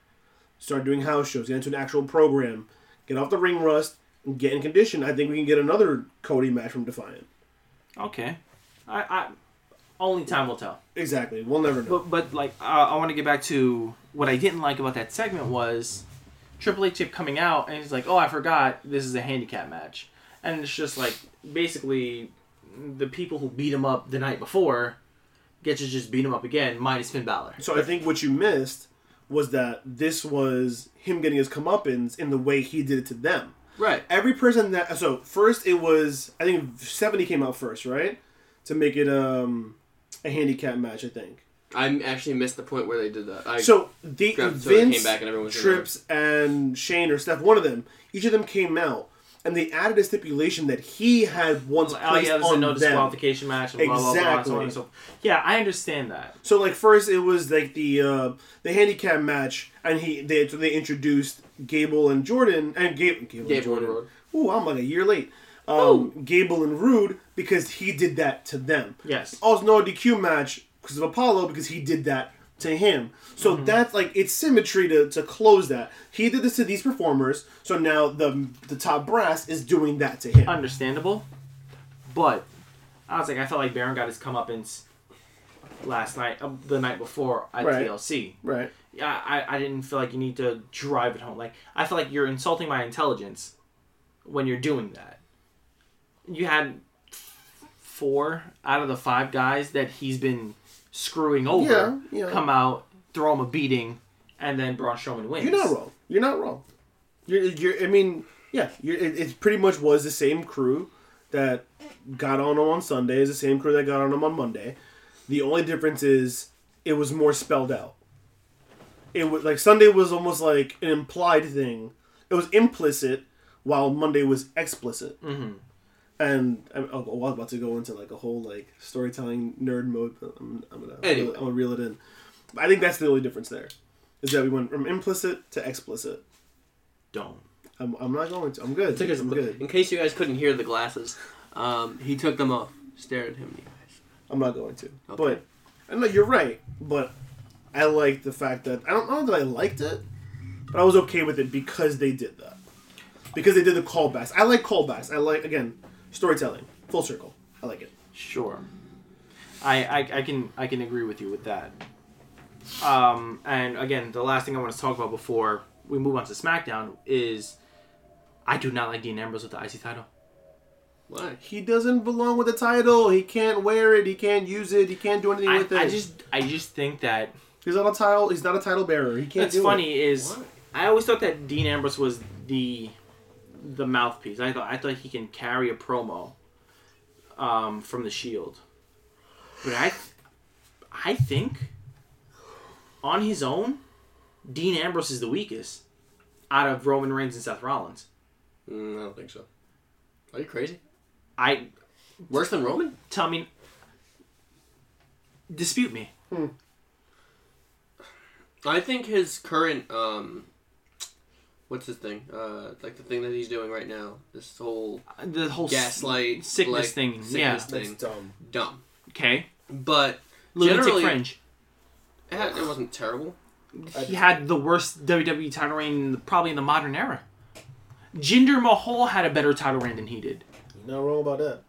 start doing house shows, get into an actual program, get off the ring rust, and get in condition. I think we can get another Cody match from Defiant. Okay. I, I only time will tell. Exactly. We'll never know. But but like uh, I want to get back to what I didn't like about that segment was Triple H kept coming out and he's like, "Oh, I forgot this is a handicap match," and it's just like basically the people who beat him up the night before get to just beat him up again, minus Finn Balor. So I think what you missed was that this was him getting his comeuppance in the way he did it to them. Right. Every person that so first it was I think seventy came out first, right? To make it um a handicap match, I think. I actually missed the point where they did that. I, So the Grab the soda, Vince, came back, and everyone was in Trips, and Shane or Steph, one of them, each of them came out, and they added a stipulation that he had once Oh placed yeah, there's a on no them. disqualification match and blah blah blah, blah so on Exactly. and so forth. Yeah, I understand that. So like first it was like the uh, the handicap match, and he they so they introduced Gable and Jordan and Gable, Gable, Gable and and Jordan. Rude. Ooh, I'm like a year late. Um, Gable and Rude because he did that to them. Yes. Also, no DQ match because of Apollo because he did that to him. So that's like it's symmetry to, to close that. He did this to these performers, so now the the top brass is doing that to him. Understandable. But I was like I felt like Baron got his comeuppance last night uh, the night before at Right. TLC. Right. Yeah, I, I didn't feel like you need to drive it home. Like I feel like you're insulting my intelligence when you're doing that. You had four out of the five guys that he's been screwing over Yeah, yeah. come out, throw him a beating, and then Braun Strowman wins. You're not wrong. You're not wrong. You're, you're I mean, yeah, you're, it, it pretty much was the same crew that got on on Sunday is the same crew that got on them on Monday. The only difference is it was more spelled out. It was like Sunday was almost like an implied thing. It was implicit, while Monday was explicit. Mm-hmm. And I, oh, I was about to go into like a whole like storytelling nerd mode. But I'm, I'm gonna Anyway. I'm gonna reel it in. I think that's the only difference there is that we went from implicit to explicit. Don't. I'm, I'm not going to. I'm good. Took his- I'm good. In case you guys couldn't hear the glasses, um, he took them off, stared at him in the eyes. I'm not going to. But Okay. But I know you're right. But I like the fact that I don't know that I liked it, but I was okay with it because they did that. Because they did the callbacks. I like callbacks. I like again storytelling, full circle. I like it. Sure. I, I, I can I can agree with you with that. Um, and again, the last thing I want to talk about before we move on to SmackDown is I do not like Dean Ambrose with the IC title. Why? He doesn't belong with the title. He can't wear it. He can't use it. He can't do anything I, with it. I just I just think that he's not a title. He's not a title bearer. He can't. that's do It. funny Is Why? I always thought that Dean Ambrose was the the mouthpiece. I thought I thought he can carry a promo um, from the Shield, but I I think on his own, Dean Ambrose is the weakest out of Roman Reigns and Seth Rollins. Mm, I don't think so. Are you crazy? I Worse than Roman? tell me, dispute me. I think his current um, what's his thing? Uh, like the thing that he's doing right now. This whole The whole s- gaslight sickness like, thing, Sickness yeah. thing. dumb. Dumb. okay But lunatic generally, fringe. It, had- it wasn't terrible. he had the worst WWE title reign in the- probably in the modern era. Jinder Mahal had a better title reign than he did. You're not wrong about that.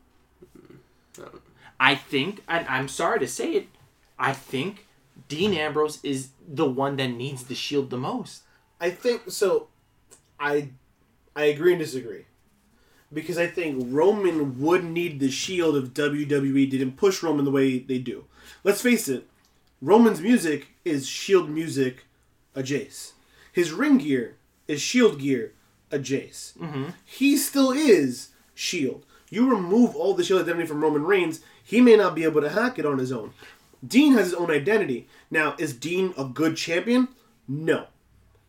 I think, and I'm sorry to say it, I think Dean Ambrose is the one that needs the Shield the most. I think so. I I agree and disagree because I think Roman would need the shield if WWE didn't push Roman the way they do. Let's face it, Roman's music is shield music, a Jace. His ring gear is shield gear, a Jace. He still is shield. You remove all the shield identity from Roman Reigns, he may not be able to hack it on his own. Dean has his own identity. Now, is Dean a good champion? No.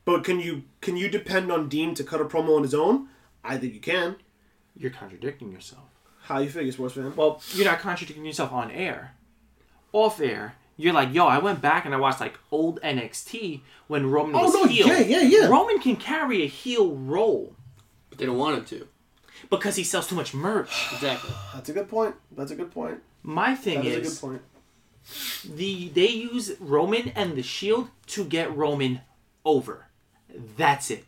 But can you can you depend on Dean to cut a promo on his own? I think you can. You're contradicting yourself. How you figure, sports fan? Well, you're not contradicting yourself on air. Off air, you're like, yo, I went back and I watched like old NXT when Roman Oh, was no, heel. yeah, yeah, yeah. Roman can carry a heel role But they don't want him to. because he sells too much merch. Exactly. That's a good point. That's a good point. My thing That is a is, good point. the they use Roman and the Shield to get Roman over. That's it.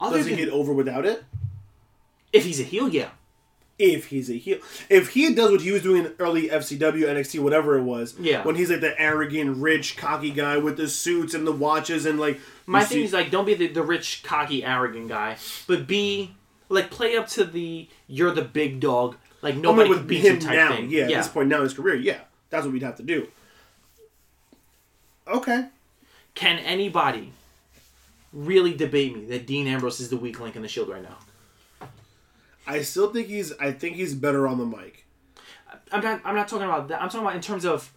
Other Does he than- get over without it? if he's a heel, yeah. If he's a heel, if he does what he was doing in early FCW, NXT, whatever it was, Yeah. when he's like the arrogant, rich, cocky guy with the suits and the watches and like My you thing see- is like, don't be the, the rich, cocky, arrogant guy, but be like, play up to the you're the big dog I Like mean, nobody could with beat him you type now, thing. yeah, at this point now in his career, yeah, that's what we'd have to do. Okay, Can anybody really debate me that Dean Ambrose is the weak link in the Shield right now? I still think he's. I think he's better on the mic I'm not. I'm not talking about that. I'm talking about in terms of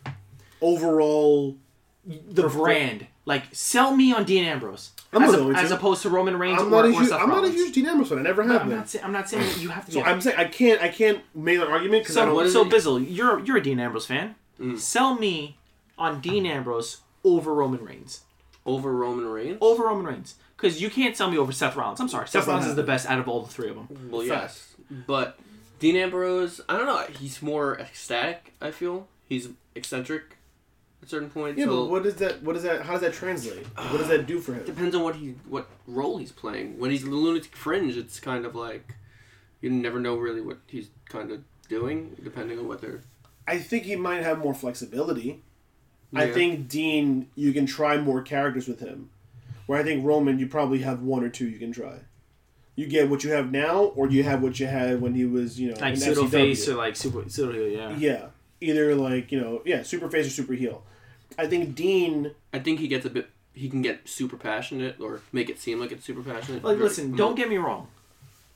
overall. the brand. Like, sell me on Dean Ambrose I'm as, not a- going to. as opposed to Roman Reigns I'm or, not a or huge. Seth I'm not a Rollins. huge Dean Ambrose fan. I never have I'm been. not, say, I'm not saying that you have to. so be a- I'm saying I can't. I can't make an argument because I So, don't. so it? Bizzle, you're you're a Dean Ambrose fan. Mm. Sell me on Dean Ambrose over Roman Reigns. over Roman Reigns. Over Roman Reigns. Because you can't sell me over Seth Rollins. I'm sorry. Seth not Rollins is the happening. best out of all the three of them. Well, Facts. yes, but Dean Ambrose, I don't know. He's more ecstatic. I feel he's eccentric at certain points. Yeah, so but what is that? What is that? How does that translate? What does that do for him? depends on what he what role he's playing. When he's in the lunatic fringe, it's kind of like you never know really what he's kind of doing, depending on what they're. I think he might have more flexibility. I Yeah. think Dean, you can try more characters with him. Where I think Roman, you probably have one or two you can try. You get what you have now, or you have what you had when he was, you know, Like in pseudo FCW. face or like super pseudo heel. Yeah. E yeah, either like you know, yeah, super face or super heel. I think Dean. I think he gets a bit. He can get super passionate or make it seem like it's super passionate. Mm-hmm. Like, Very- listen, don't get me wrong.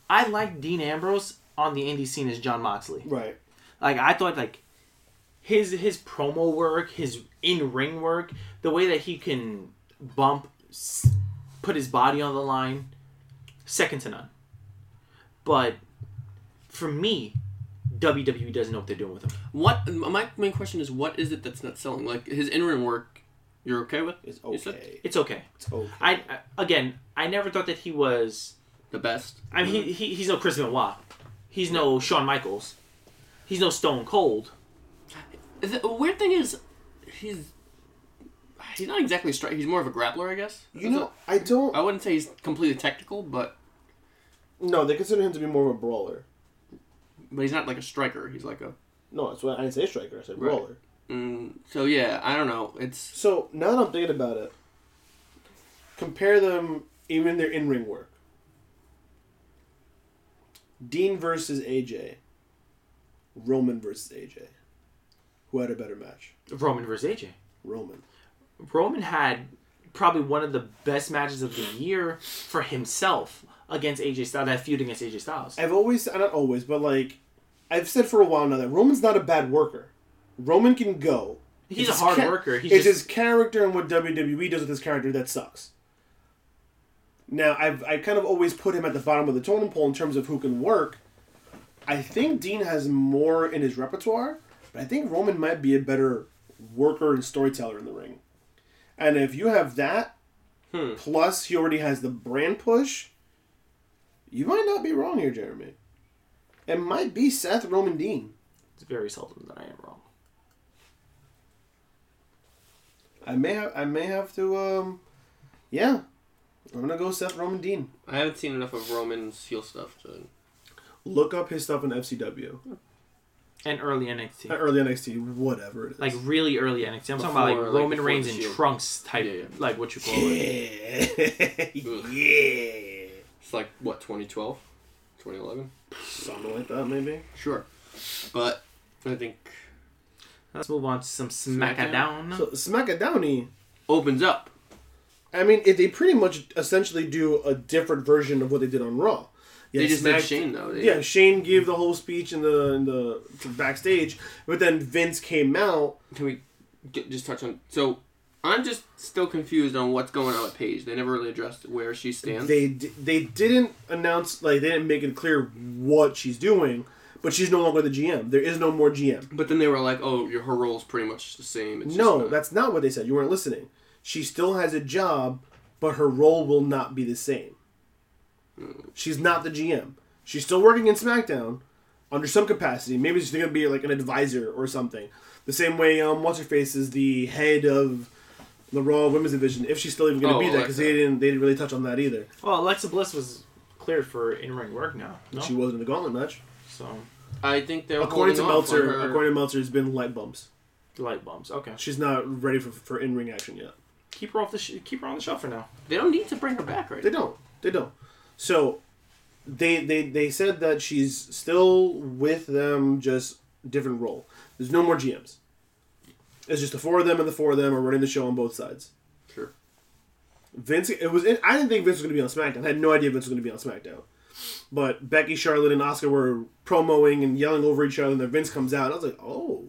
I like Dean Ambrose on the indie scene as John Moxley. Right. Like I thought, like his his promo work, his in ring work, the way that he can bump, s- put his body on the line, second to none. But for me, WWE doesn't know what they're doing with him. What my main question is, what is it that's not selling? Like his in-ring work, you're okay with? It's You said okay. It's okay. It's okay. I, I again, I never thought that he was. the best. I mean, he, he he's no Chris Benoit. He's no Shawn Michaels. He's no Stone Cold. The weird thing is, he's he's not exactly straight. He's more of a grappler, I guess. You know, I don't. I wouldn't say he's completely technical, but No, they consider him to be more of a brawler. but he's not like a striker. He's like a No, that's what I didn't say striker. I said Right. brawler. mm, so yeah. I don't know. It's So now that I'm thinking about it, compare them even their in ring work. Dean versus AJ. Roman versus AJ. Who had a better match? Roman versus AJ. Roman. Roman had probably one of the best matches of the year for himself against AJ Styles. That feud against AJ Styles. I've always, uh, not always, but like, I've said for a while now that Roman's not a bad worker. Roman can go. He's a his hard worker. He's it's just- his character and what WWE does with his character that sucks. Now I've I kind of always put him at the bottom of the totem pole in terms of who can work. I think Dean has more in his repertoire, but I think Roman might be a better worker and storyteller in the ring. And if you have that, Hmm. plus he already has the brand push, you might not be wrong here, Jeremy. It might be Seth Roman Dean. It's very seldom that I am wrong. I may have I may have to um yeah. I'm gonna go Seth Roman Dean. I haven't seen enough of Roman's heel stuff to. Look up his stuff in FCW. And early Uh, NXT. Early NXT, whatever it is. Like really early NXT. I'm talking Before, about like like, Roman before Reigns the and Shield. Trunks type, Yeah, yeah. like what you call it. Yeah. yeah. It's like what 2012, 2011. Something like that maybe. Sure, but I think Let's move on to some Smackdown? SmackDown. So Smackadowny, opens up. I mean it, they pretty much essentially do a different version of what they did on Raw. Yeah, They just Smack- did Shane though. They, Yeah, Shane gave the whole speech in the in the backstage, but then Vince came out. Can we get, just touch on? So I'm just still confused on what's going on with Paige. They never really addressed where she stands. They d- they didn't announce like they didn't make it clear what she's doing, but she's no longer the GM. There is no more GM. but then they were like, "Oh, your her role's pretty much the same." It's No, just not- that's not what they said. You weren't listening. She still has a job, but her role will not be the same. She's not the GM. She's still working in SmackDown under some capacity. Maybe she's going to be like an advisor or something. The same way, um, what's her face is the head of the Raw Women's Division. If she's still even going to Oh, be there, because they Alexa. didn't they didn't really touch on that either. Well, Oh, Alexa Bliss was cleared for in-ring work now. Oh. No? She wasn't in the Gauntlet match. So I think they're According to holding off on Meltzer, her- according to Meltzer, it's been light bumps. light bombs. Okay. She's not ready for, for in ring action yet. Keep her off the sh- keep her on the shelf for now. they don't need to bring her back right. They don't. They don't. So they they they said that she's still with them, just different role. There's no more GMs. It's just the four of them, and the four of them are running the show on both sides. Sure. Vince, it was. I didn't think Vince was going to be on SmackDown. I had no idea Vince was going to be on SmackDown. But Becky, Charlotte, and Oscar were promoing and yelling over each other, and then Vince comes out. And I was like, oh,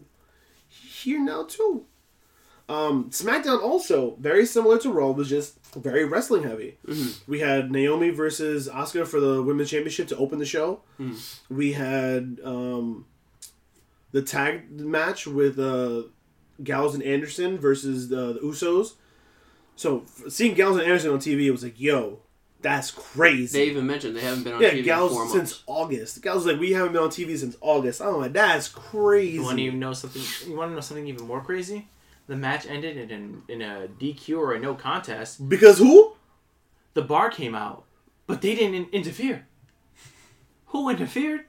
here now too. Um, SmackDown also very similar to Raw was just very wrestling heavy. We had Naomi versus Oscar for the women's championship to open the show. We had um, the tag match with uh, Gals and Anderson versus uh, the, the Usos. So f- seeing Gals and Anderson on TV, it was like, yo, that's crazy. They even mentioned they haven't been on yeah, TV in four Gals months. since August. Gals was like, we haven't been on TV since August. I'm like, that's crazy. You want to even know something? You want to know something even more crazy? The match ended in in a DQ or a no contest. because who? The bar came out, but they didn't in- interfere. Who interfered?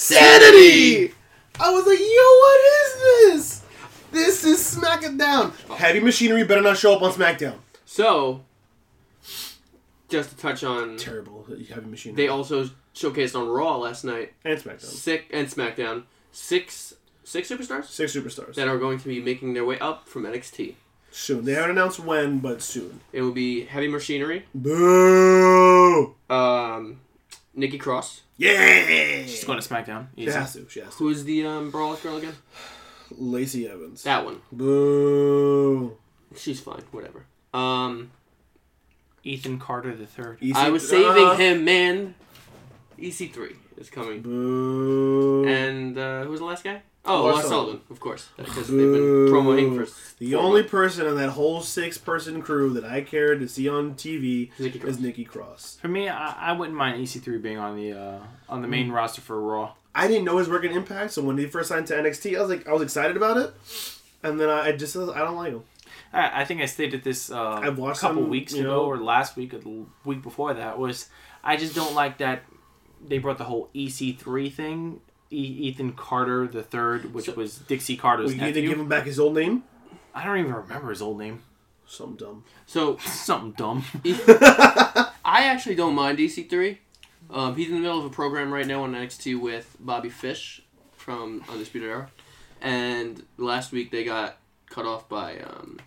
Sanity! I was like, yo, what is this? This is SmackDown. Heavy machinery better not show up on SmackDown. So, just to touch on, Terrible. Heavy machinery. they also showcased on Raw last night, and SmackDown. sick and SmackDown, six six superstars Six superstars. that are going to be making their way up from NXT. soon. They haven't announced when, but soon. It will be Heavy Machinery, Boo! um, Nikki Cross, Yeah! She's going to SmackDown. She Easy. has to. She has to. who is the um, Brawlers girl again? Lacey Evans. That one. Boo! She's fine. Whatever. Um, Ethan Carter the third. EC- I was saving Uh, him, man. EC3 is coming. Boo! And uh, who was the last guy? Oh, Lars Lars Sullivan. Sullivan, of course. Because they've Boo. been promoting for s- the four only months. person in that whole six-person crew that I cared to see on TV Nikki Cross. is Nikki Cross. For me, I, I wouldn't mind EC3 being on the uh, on the main roster for Raw. I didn't know his work in Impact, so when he first signed to NXT, I was like, I was excited about it, and then I, I just, I don't like him. I, I think I stated this uh, I've watched couple him, weeks you ago know. or last week or the l- week before that was I just don't like that they brought the whole EC3 thing. E- Ethan Carter the third, which was Dixie Carter's We need to nephew. give him back his old name. I don't even remember his old name. <laughs> Some dumb. So <laughs> Something dumb. I actually don't mind EC3. Um, he's in the middle of a program right now on NXT with Bobby Fish from Undisputed Era, and last week they got cut off by um,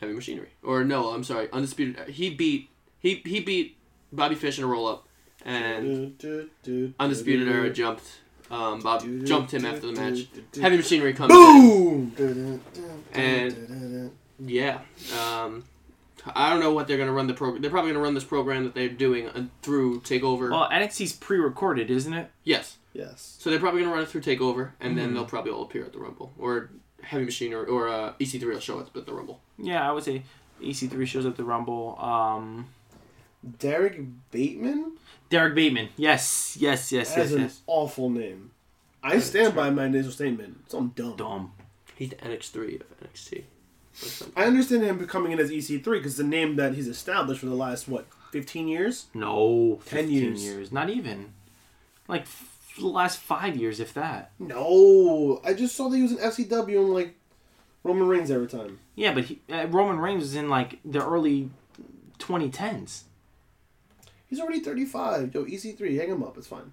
Heavy Machinery. Or no, I'm sorry, Undisputed. He beat he he beat Bobby Fish in a roll up, and Undisputed Era jumped um, Bob jumped him after the match. Heavy Machinery comes in. Boom. And- Yeah. Um, I don't know what they're gonna run the program. They're probably gonna run this program that they're doing uh, through Takeover. well, NXT's pre-recorded, isn't it? yes. yes. So they're probably gonna run it through Takeover, and then they'll probably all appear at the Rumble or Heavy Machinery or uh, EC3 will show up at the Rumble. Yeah, I would say EC3 shows up the Rumble. Um, Derek Bateman Derek Bateman. Yes, yes, yes, yes, has an yes. awful name. I stand by my initial statement. Some dumb. Dumb. He's the NX3 of NXT. or something. I understand him coming in as E EC3 because the name that he's established for the last what 15 years. No, 10 15 years. years. Not even. Like f- the last five years, if that. No, I just saw that he was in FCW and like Roman Reigns every time. Yeah, but he, uh, Roman Reigns was in like the early 2010s. He's already 35. Yo, EC3, hang him up. It's fine.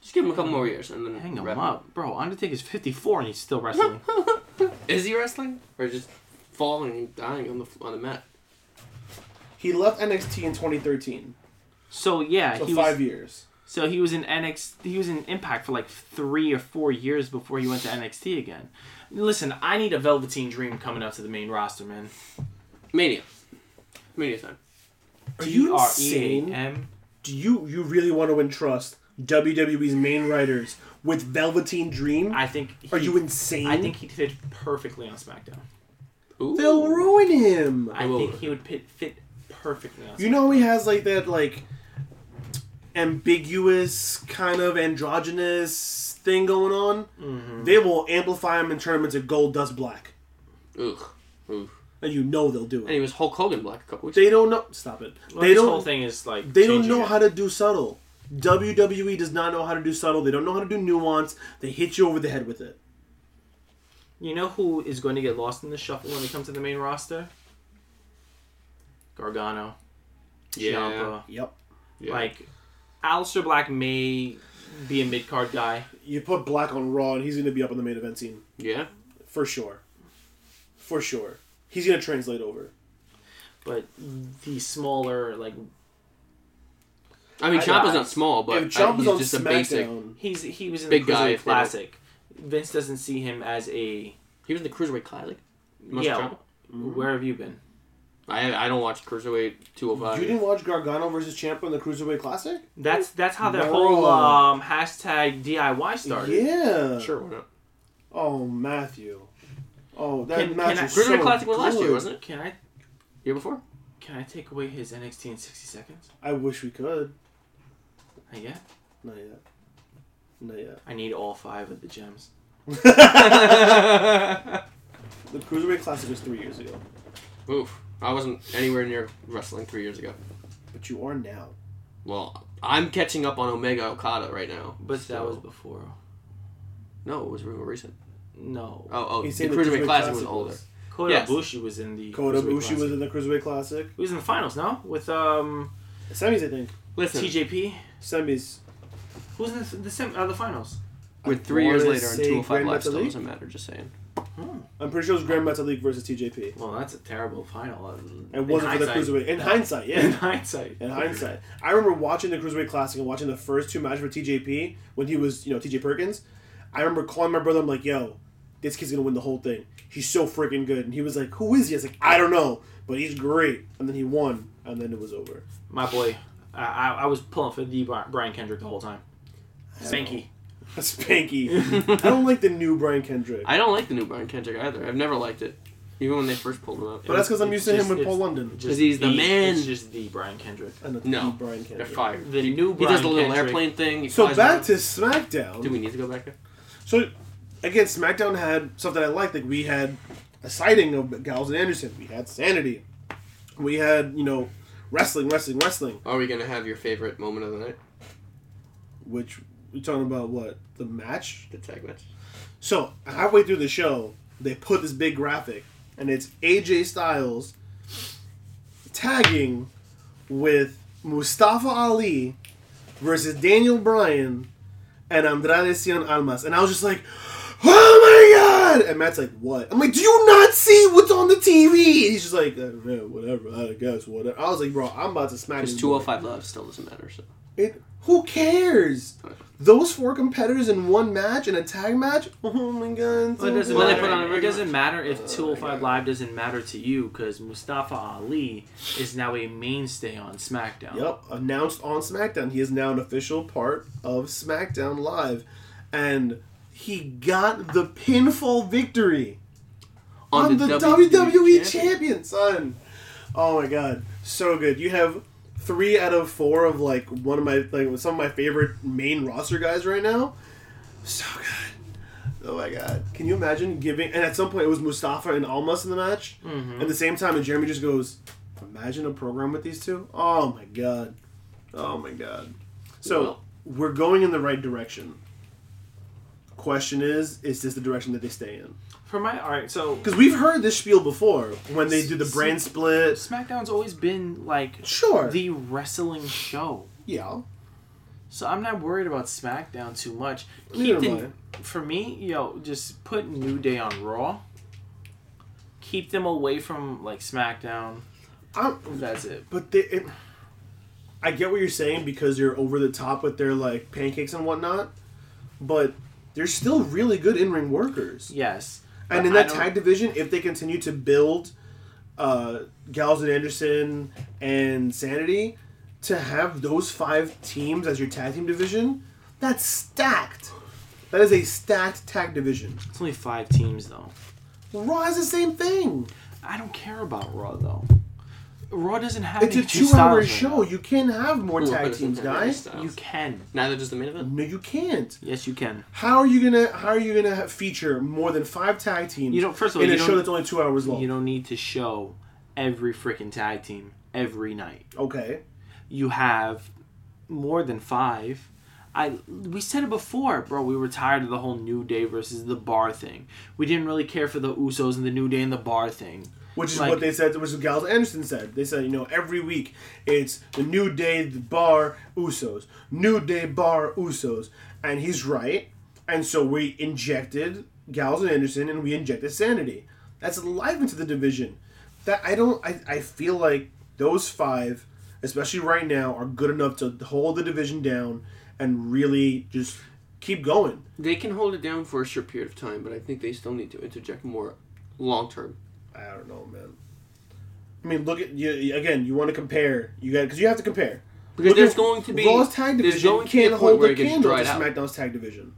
Just give him a couple more years and then Hang him wrap up, bro. Undertaker's 54 and he's <laughs> still wrestling. Is he wrestling or just falling and dying on the on the mat? He left NXT in 2013, so yeah, so he five was. years. So he was in NXT. He was in Impact for like three or four years before he went to NXT again. Listen, I need a Velveteen Dream coming up to the main roster, man. Mania. Mania time. Are you T-R-E-A-M. insane? Do you you really want to entrust WWE's main writers with Velveteen Dream? I think. Are he- you insane? I think he fit perfectly on SmackDown. Ooh. they'll ruin him. I Whoa. think he would fit, fit perfectly on. You know he has like that like ambiguous kind of androgynous thing going on. They will amplify him and turn him into gold dust black, Ugh. Ugh. and you know they'll do And it. he was Hulk Hogan black a couple weeks. They don't know. Stop it. Well, they this don't. whole thing is like They don't changing know it. how to do subtle. WWE does not know how to do subtle. They don't know how to do nuance. They hit you over the head with it. You know who is going to get lost in the shuffle when it comes to the main roster? Gargano, Yeah. Ciampa. Yep. Yeah. Like Alistair Black may be a mid card guy. You put Black on Raw, and he's going to be up on the main event scene Yeah. for sure. For sure, he's going to translate over. but the smaller like I mean, I- Ciampa's I- not small, but if I, Chump is he's on just a SmackDown, basic. he's he was in Big the guy, Cruiserweight if they don't- Classic. Vince doesn't see him as a He was in the Cruiserweight Classic. Most yeah. Ciampa? Where have you been? I I don't watch Cruiserweight you 205. didn't watch Gargano versus Champa in the Cruiserweight Classic? That's that's how that No. whole um, hashtag DIY started. Yeah. Sure, why not? Oh, Matthew. Oh, that Can, match can I, was so Cruiserweight Classic was last year, good. wasn't it? Can I Year before? can I take away his NXT in sixty seconds? I wish we could. Not yet. Not yet. Not <laughs> yet. I need all five of the gems. The Cruiserweight Classic was three years ago, Oof. I wasn't anywhere near wrestling three years ago. but you are now. Well, I'm catching up on Omega Okada right now. But that so- was before. No, it was more recent. No. Oh, oh, the He's saying Cruiserweight Classic, was older. Uh, Kota yes. Ibushi was in the Kota Cruiserweight Ibushi Classic. was in the Cruiserweight Classic. He was in the finals, no? With um Semis, I think. Listen, TJP. Semis. Who was in the, the, sem- uh, the finals? we're I three years wanna later and say 205 Grand Live Metalik. still doesn't matter. Just saying. I'm pretty sure it was Grand Metalik versus TJP. Well, that's a terrible final. uh, It in wasn't for the hindsight. Cruiserweight. In hindsight, <laughs> In yeah. hindsight. In hindsight, I remember watching the Cruiserweight Classic and watching the first two matches with TJP when he was, you know, TJ Perkins. I remember calling my brother. I'm like, "Yo, this kid's gonna win the whole thing. He's so freaking good." And he was like, "Who is he?" I was like, "I don't know, but he's great." And then he won, and then it was over. <laughs> My boy, I, I, I was pulling for the Bri- Brian Kendrick the whole time. Spanky. Spanky. I don't like the new Brian Kendrick, I don't like the new Brian Kendrick either. I've never liked it, even when they first pulled him up. but that's because I'm used It's to him just- with Paul it's- London Just he's the man. It's just the Brian Kendrick. and the No. new Brian They're Kendrick. fired. The new He does the Brian little Kendrick. airplane thing. He So flies back around. to SmackDown. Do we need to go back there? So, again, SmackDown had stuff that I liked. Like, we had a sighting of Gals and Anderson. We had Sanity. We had, you know, wrestling, wrestling, wrestling. Are we gonna have your favorite moment of the night? Which, we're talking about what? The match? The tag match. So, halfway through the show, they put this big graphic, and it's AJ Styles tagging with Mustafa Ali versus Daniel Bryan and Andrade Cien Almas. And I was just like, oh my god! And Matt's like, what? I'm like, do you not see what's on the TV? And he's just like, I don't know, whatever, I guess, whatever. I was like, bro, I'm about to smack Because this two boy." hundred five Live still doesn't matter. So It, who cares? Those four competitors in one match, in a tag match? <laughs> Oh my god. Well, it doesn't Well, they matter. put on a it regular doesn't Oh, match. matter if Uh, 205 yeah. Live doesn't matter to you because Mustafa Ali is now a mainstay on SmackDown. Yep, announced on SmackDown. He is now an official part of SmackDown Live. And he got the pinfall victory on, the, E E WWE, champion. son. Oh my god. So good. You have three out of four of like one of my like some of my favorite main roster guys right now. So good. Oh my god. Can you imagine giving and at some point it was Mustafa and Almas in the match? At the same time and Jeremy just goes, Imagine a program with these two? Oh my god. Oh my god. So Well- we're going in the right direction. Question is, is this the direction that they stay in? For my all right, so Because we've heard this spiel before when they do the brand split. SmackDown's always been like Sure. the wrestling show. yeah. So I'm not worried about SmackDown too much. Neither Keep am the, for me, yo, just put New Day on Raw. Keep them away from like SmackDown. I'm, That's it. but they, it, I get what you're saying because you're over the top with their like pancakes and whatnot, but they're still really good in ring workers. Yes. and But in I that don't- tag division, if they continue to build uh, Gals and Anderson and Sanity to have those five teams as your tag team division, that's stacked. That is a stacked tag division. it's only five teams though. Raw is the same thing. I don't care about Raw though. Raw doesn't have. It's a any key two-hour styles right show. You can't have more Ooh, but tag it's teams, not guys. now. Styles. You can. Neither does the main event. No, you can't. Yes, you can. How are you gonna How are you gonna ha- feature more than five tag teams? You don't- first of all, in you a don't- show that's only two hours long. You don't need to show every freaking tag team every night. okay. you have more than five. I we said it before, bro. We were tired of the whole New Day versus the Bar thing. We didn't really care for the Usos and the New Day and the Bar thing. which is Like- what they said, which is what Giles Anderson said. They said, you know, every week it's the New Day the Bar Usos, New Day Bar Usos, and he's right. And so we injected Giles and Anderson, and we injected sanity. That's life into the division. That I don't. I, I feel like those five, especially right now, are good enough to hold the division down and really just keep going. They can hold it down for a short period of time, but I think they still need to interject more long term. I don't know, man. I mean, look at you again. You want to compare? You got because you have to compare. Because Look there's at going to be Raw's tag there's division going to be a can't point hold where the it gets candle to dried out. SmackDown's tag division.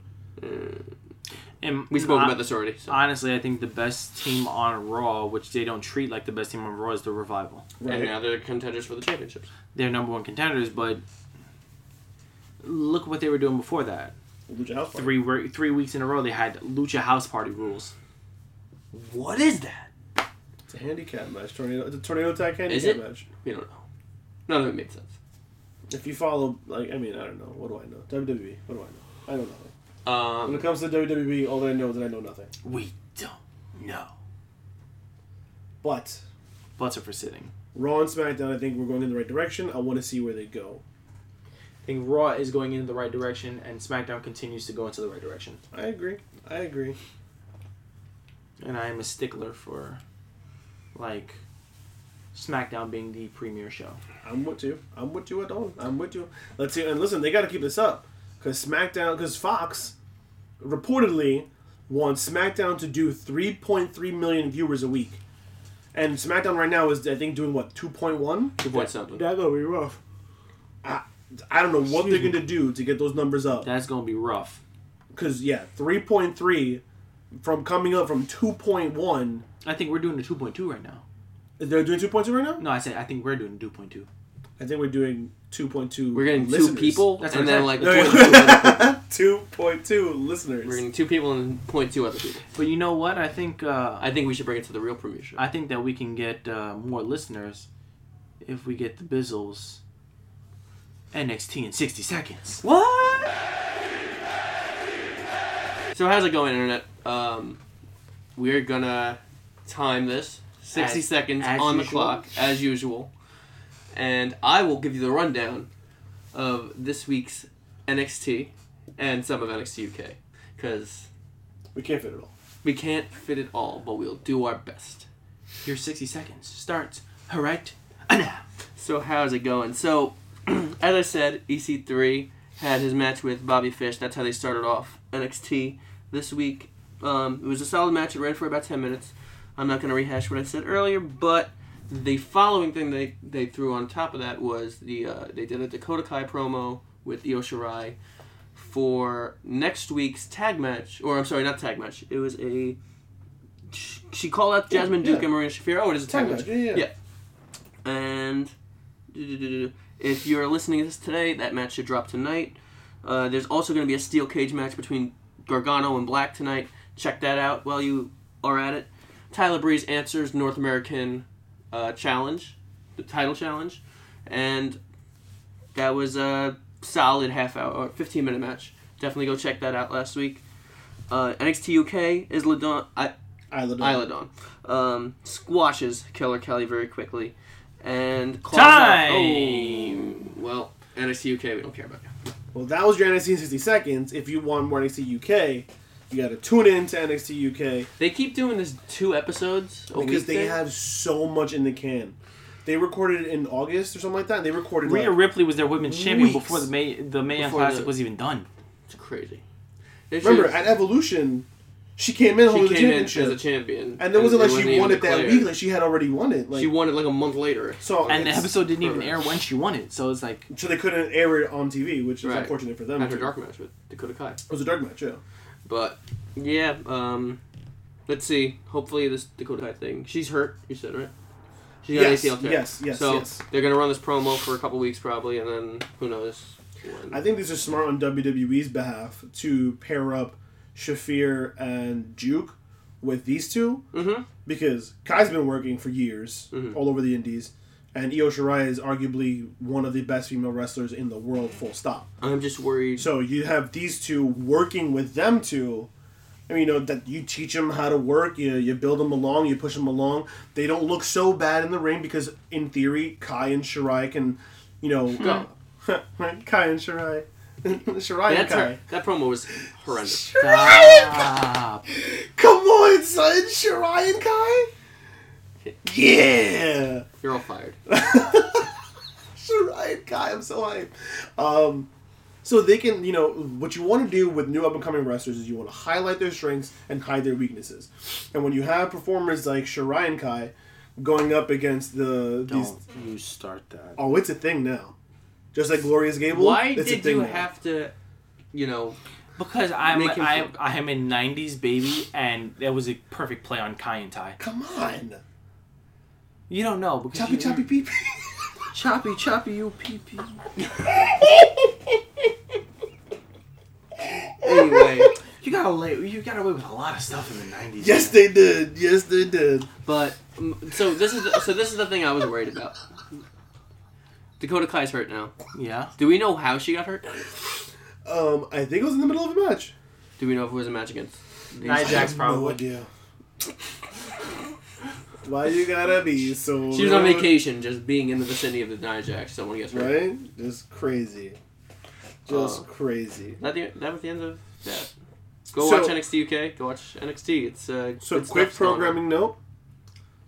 And We spoke I- about this already. So. Honestly, I think the best team on Raw, which they don't treat like the best team on Raw, is the Revival. And now they're contenders for the championships. They're number one contenders, but look what they were doing before that. Lucha House Party. Three wor- three weeks in a row, they had Lucha House Party rules. What is that? It's a handicap match. Tornado. It's a tornado tag handicap it? match. We don't know. None of it made sense. If you follow, like, I mean, I don't know. What do I know? WWE. What do I know? I know nothing. When it Um, comes to WWE, all that I know is that I know nothing. We don't know. But Butts are for sitting. Raw and SmackDown, I think we're going in the right direction. I want to see where they go. I think Raw is going in the right direction, and SmackDown continues to go into the right direction. I agree. I agree. And I am a stickler for, like, SmackDown being the premier show. I'm with you. I'm with you at all. I'm with you. Let's see. And listen, they got to keep this up because SmackDown, because Fox reportedly wants SmackDown to do 3.3 million viewers a week. And SmackDown right now is, I think, doing what, 2.1? two point something. That's going to be rough. I, I don't know what they're Excuse me. going to do to get those numbers up. That's gonna be rough. Because, yeah, 3.3 from coming up from 2.1. I think we're doing the 2.2 right now. They're doing 2.2 right now? No, I said I think we're doing 2.2. I think we're doing 2.2. We're getting two listeners. people, That's and what I then said. like No, <laughs> point two other- 2.2 listeners. we're getting two people and point two other people. But you know what? I think uh, I think we should bring it to the real premiere show. I think that we can get uh, more listeners if we get the Bizzles NXT in 60 seconds. What? So how's it going, internet? Um, we're gonna time this sixty As- seconds as on the usual. clock as usual, and I will give you the rundown of this week's NXT and some of NXT UK because We can't fit it all. we can't fit it all, but we'll do our best. Your 60 seconds starts all right now. So how's it going? So, <clears throat> as I said, EC3 had his match with Bobby Fish. That's how they started off NXT this week. Um, it was a solid match. It ran for about ten minutes. I'm not going to rehash what I said earlier, but the following thing they, they threw on top of that was the uh, they did a Dakota Kai promo with Io Shirai for next week's tag match. Or I'm sorry, not tag match. It was a she, she called out Yeah, Jasmine Duke yeah. and Marina Shafir. Oh, it is a tag, Tag match. match, yeah, yeah. And if you're listening to this today, that match should drop tonight. Uh, there's also going to be a steel cage match between Gargano and Black tonight. Check that out while you are at it. Tyler Breeze answers North American uh, challenge, the title challenge, and that was a solid half hour, or 15 minute match. Definitely go check that out last week. Uh, NXT UK is Ladon. I, Island. Ilodon. Um, squashes Killer Kelly very quickly. And claws Time! Out. Oh, well, NXT UK, we don't care about you. Well, that was your NXT in 60 seconds. If you want more NXT UK, you got to tune in to NXT UK They keep doing this two episodes a because week they Oh, thing. have so much in the can. They recorded it in August or something like that. And they recorded Rhea like, Ripley was their women's Weeks. champion before the May the May Young Before Classic the- was even done. It's crazy. They remember should- at Evolution, she came in she holding the came in as championship, a champion, and it wasn't like she even won it that declared. week. Like she had already won it. Like she won it like a month later. so, And the it's- episode didn't even perfect. air when she won it, so it's like so they couldn't air it on TV, which is Right. unfortunate for them. After too. dark match with Dakota Kai. It was a dark match, yeah. But yeah, um, let's see. Hopefully this Dakota Kai thing. She's hurt. You said right. She got Yes, an ACL tear. yes, yes, So yes. they're gonna run this promo for a couple weeks probably, and then who knows. When. I think these are smart on WWE's behalf to pair up Shafir and Juke with these two Mhm. because Kai's been working for years all over the Indies, and Io Shirai is arguably one of the best female wrestlers in the world. Full stop. I'm just worried. So you have these two working with them two, I mean, you know that you teach them how to work. You you build them along. You push them along. They don't look so bad in the ring because, in theory, Kai and Shirai can, you know, <laughs> Go. Kai and Shirai, <laughs> Shirai and That's Kai. her, that promo was horrendous. Oh Stop. <laughs> Come on, son, Shirai and Kai. Yeah, You're all fired. <laughs> Shirai and Kai. I'm so hyped. Um, so they can, you know, what you want to do with new up and coming wrestlers is you want to highlight their strengths and hide their weaknesses. And when you have performers like Shirai and Kai going up against the these, Don't you start that. oh, it's a thing now. Just like Glorious Gable. Why it's did you have to, you know, Because I'm Make him I, feel- I am a '90s baby, and that was a perfect play on Kai and Tai. Come on, You don't know because choppy you, choppy pee pee. choppy choppy you pee <laughs> pee. anyway, You got away you got away with a lot of stuff in the '90s. Yes, man. they did. Yes, they did. but mm, so this is the, so this is the thing I was worried about. Dakota Kai's hurt now. Yeah. Do we know how she got hurt? Um, I think it was in the middle of a match. Do we know if it was a match against? Nia I Jax have No probably. idea. Why you gotta be so? She was on rude, vacation, just being in the vicinity of the Nia Jax. Someone gets hurt. right? Just crazy, just Uh, crazy. That the, that was the end of that. Go So- watch NXT UK. Go watch NXT. It's uh, So good quick stuff's going on. programming note.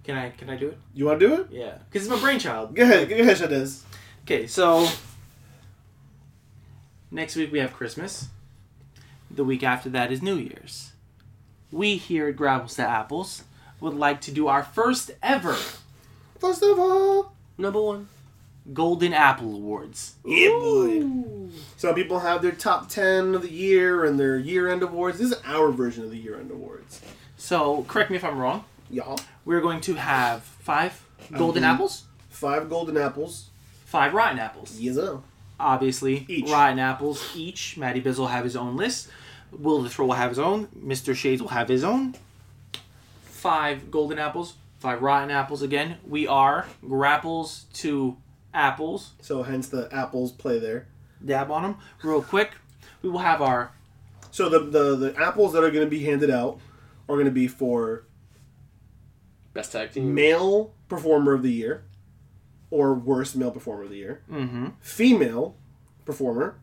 Can I can I do it? You want to do it? Yeah. Because it's my brainchild. Go ahead, go ahead, Shadez. Okay, so next week we have Christmas. The week after that is New Year's. We here at Gravels to Apples would like to do our first ever First of all, Number one. Golden Apple Awards. yeah, boy. Some people have their top ten of the year and their year-end awards. This is our version of the year-end awards, So correct me if I'm wrong. y'all. We're going to have five golden Mhm. apples, Five golden apples. five rotten apples. Yes, oh. Obviously, Each. rotten apples each. Matty Biz will have his own list. Will the Throw will have his own. Mr. Shades will have his own. Five golden apples, five rotten apples again. We are grapples to apples. So hence the apples play there. Dab on them real quick. We will have our So the the, the apples that are going to be handed out are going to be for Best tag team. male performer of the year or worst male performer of the year, mhm, female performer,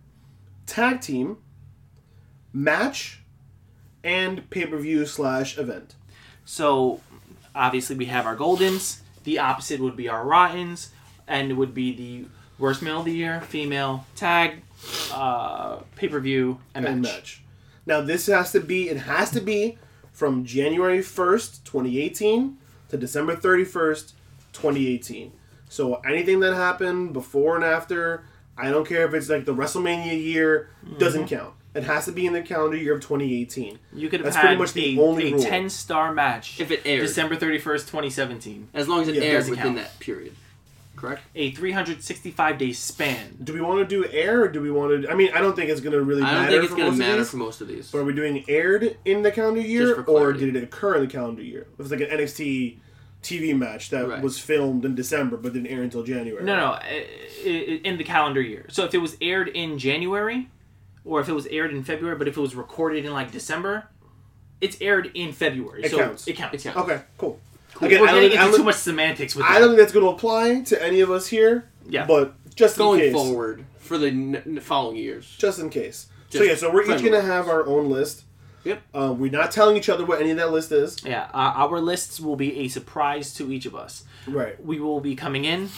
tag team, match, and pay per view slash event. So obviously we have our goldens. The opposite would be our rottens, and it would be the worst male of the year, female tag, uh, pay per view, and, And match. match. Now this has to be it has to be from January first, twenty eighteen, to December thirty first, twenty eighteen. So anything that happened before and after, I don't care if it's like the WrestleMania year, doesn't Mm-hmm. count. It has to be in the calendar year of twenty eighteen. You could have That's had pretty much the a, only a rule. ten star match If it airs. December thirty first, twenty seventeen. As long as it Yeah, airs doesn't within count. that period. Correct? A three hundred sixty five day span. Do we want to do air? Or do we want to? I mean, I don't think it's gonna really I don't matter. think it's for going most to of matter these, for most of these. But are we doing aired in the calendar Just year, for or clarity. did it occur in the calendar year? It was like an NXT TV match that Right. was filmed in December but didn't air until January. No, no, i- i- in the calendar year. So if it was aired in January, or if it was aired in February, but if it was recorded in like December, it's aired in February. It so counts. It counts. It counts. Okay, cool. Cool. Again, We're I getting don't, into I don't- too much semantics with I that. don't think that's going to apply to any of us here. Yeah. But just in Going case, forward for the n- n- following years. just in case. so Just yeah, so we're each friendly. going to have our own list. Yep. Uh, we're not telling each other what any of that list is. Yeah, uh, our lists will be a surprise to each of us. Right. We will be coming in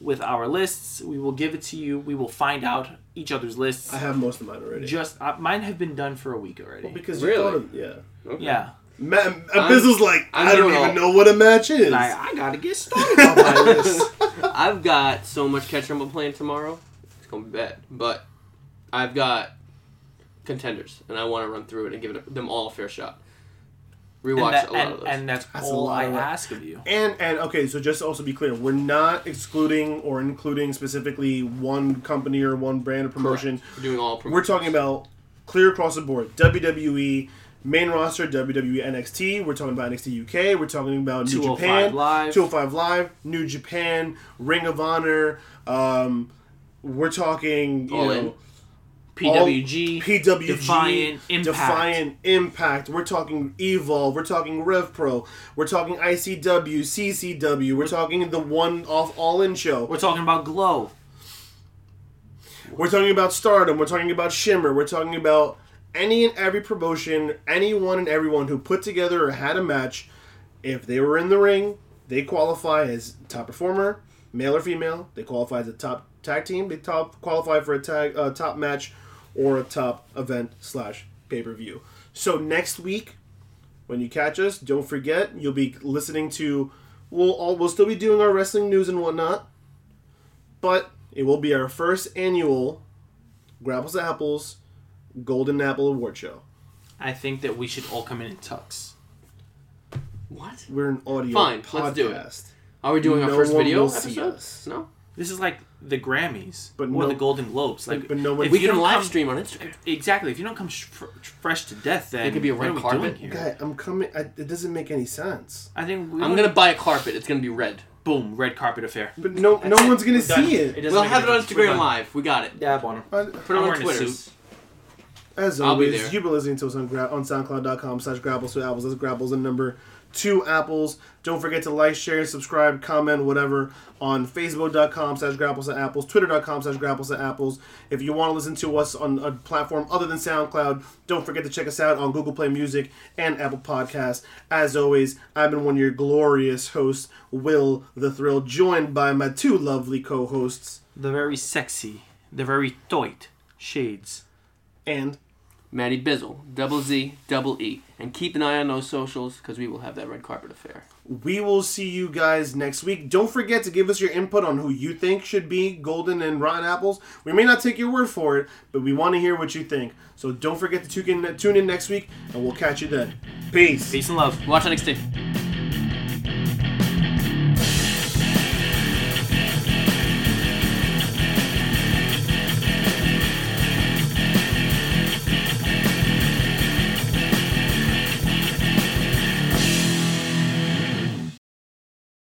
with our lists. We will give it to you. We will find out each other's lists. I have most of mine already. Just uh, mine have been done for a week already. because Really? you thought of, yeah. Okay. yeah, Ma- Abyssal's like I'm I don't doing even all- know what a match is. like I gotta <laughs> get started on my list. I've got so much catch up playing tomorrow. It's gonna be bad, but I've got contenders, and I want to run through it and give it, them all a fair shot. And, Rewatch that- a lot and- of those. and that's, That's a all lot I of that. ask of you. And and okay, so just to also be clear, we're not excluding or including specifically one company or one brand or promotion. We're doing all. We're talking about clear across the board: WWE main roster, E WWE NXT. We're talking about NXT UK. We're talking about New 205 Japan, Live. 205 Live, New Japan, Ring of Honor. Um, we're talking you All know In. PWG, PWG, Defiant, Impact. Defiant Impact. We're talking Evolve. We're talking Rev Pro. We're talking ICW, CCW. We're talking the one-off all-in show. We're talking about Glow. We're talking about Stardom. We're talking about Shimmer. We're talking about any and every promotion, anyone and everyone who put together or had a match. If they were in the ring, they qualify as top performer, male or female. They qualify as a top tag team. They top qualify for a tag uh, top match or a top event slash pay per view. So next week, when you catch us, don't forget you'll be listening to. We'll all, we'll still be doing our wrestling news and whatnot, but it will be our first annual Grapples to Apples Golden Apple Award Show. I think that we should all come in in tux. What? We're an audio Fine, podcast. let's do it. Are we doing our No first one video will see episode? us. No. This is like the Grammys But or no- the Golden Globes. Like, but no one- if We We you can don't live come- stream on Instagram. Exactly. If you don't come sh- fr- fresh to death, then It could be a red what are we doing carpet. here? Guy, I'm coming. I, it doesn't make any sense. I think we I'm gonna buy a carpet. It's gonna be red. boom red carpet affair. But no, no That's it. one's gonna We're done. see It it. doesn't We'll make a have it on difference. We're Instagram done. Live. We got it. Dab on him. Uh, Put it I'm on wearing a Twitter. suit. As I'll be always, there. you've been listening to us on, gra- on SoundCloud.com slash Grapples to Apples. That's Grapples and number two Apples. Don't forget to like, share, subscribe, comment, whatever on Facebook.com slash Grapples to Apples, Twitter.com slash Grapples to Apples. If you want to listen to us on a platform other than SoundCloud, don't forget to check us out on Google Play Music and Apple Podcasts. As always, I've been one of your glorious hosts, Will the Thrill, joined by my two lovely co-hosts The very sexy, the very toit shades. and Maddie Bizzle, double Z, double E, and keep an eye on those socials because we will have that red carpet affair. We will see you guys next week. Don't forget to give us your input on who you think should be golden and rotten apples. We may not take your word for it, but we want to hear what you think. So don't forget to tune in, tune in next week, and we'll catch you then. Peace. Peace and love. Watch that next day.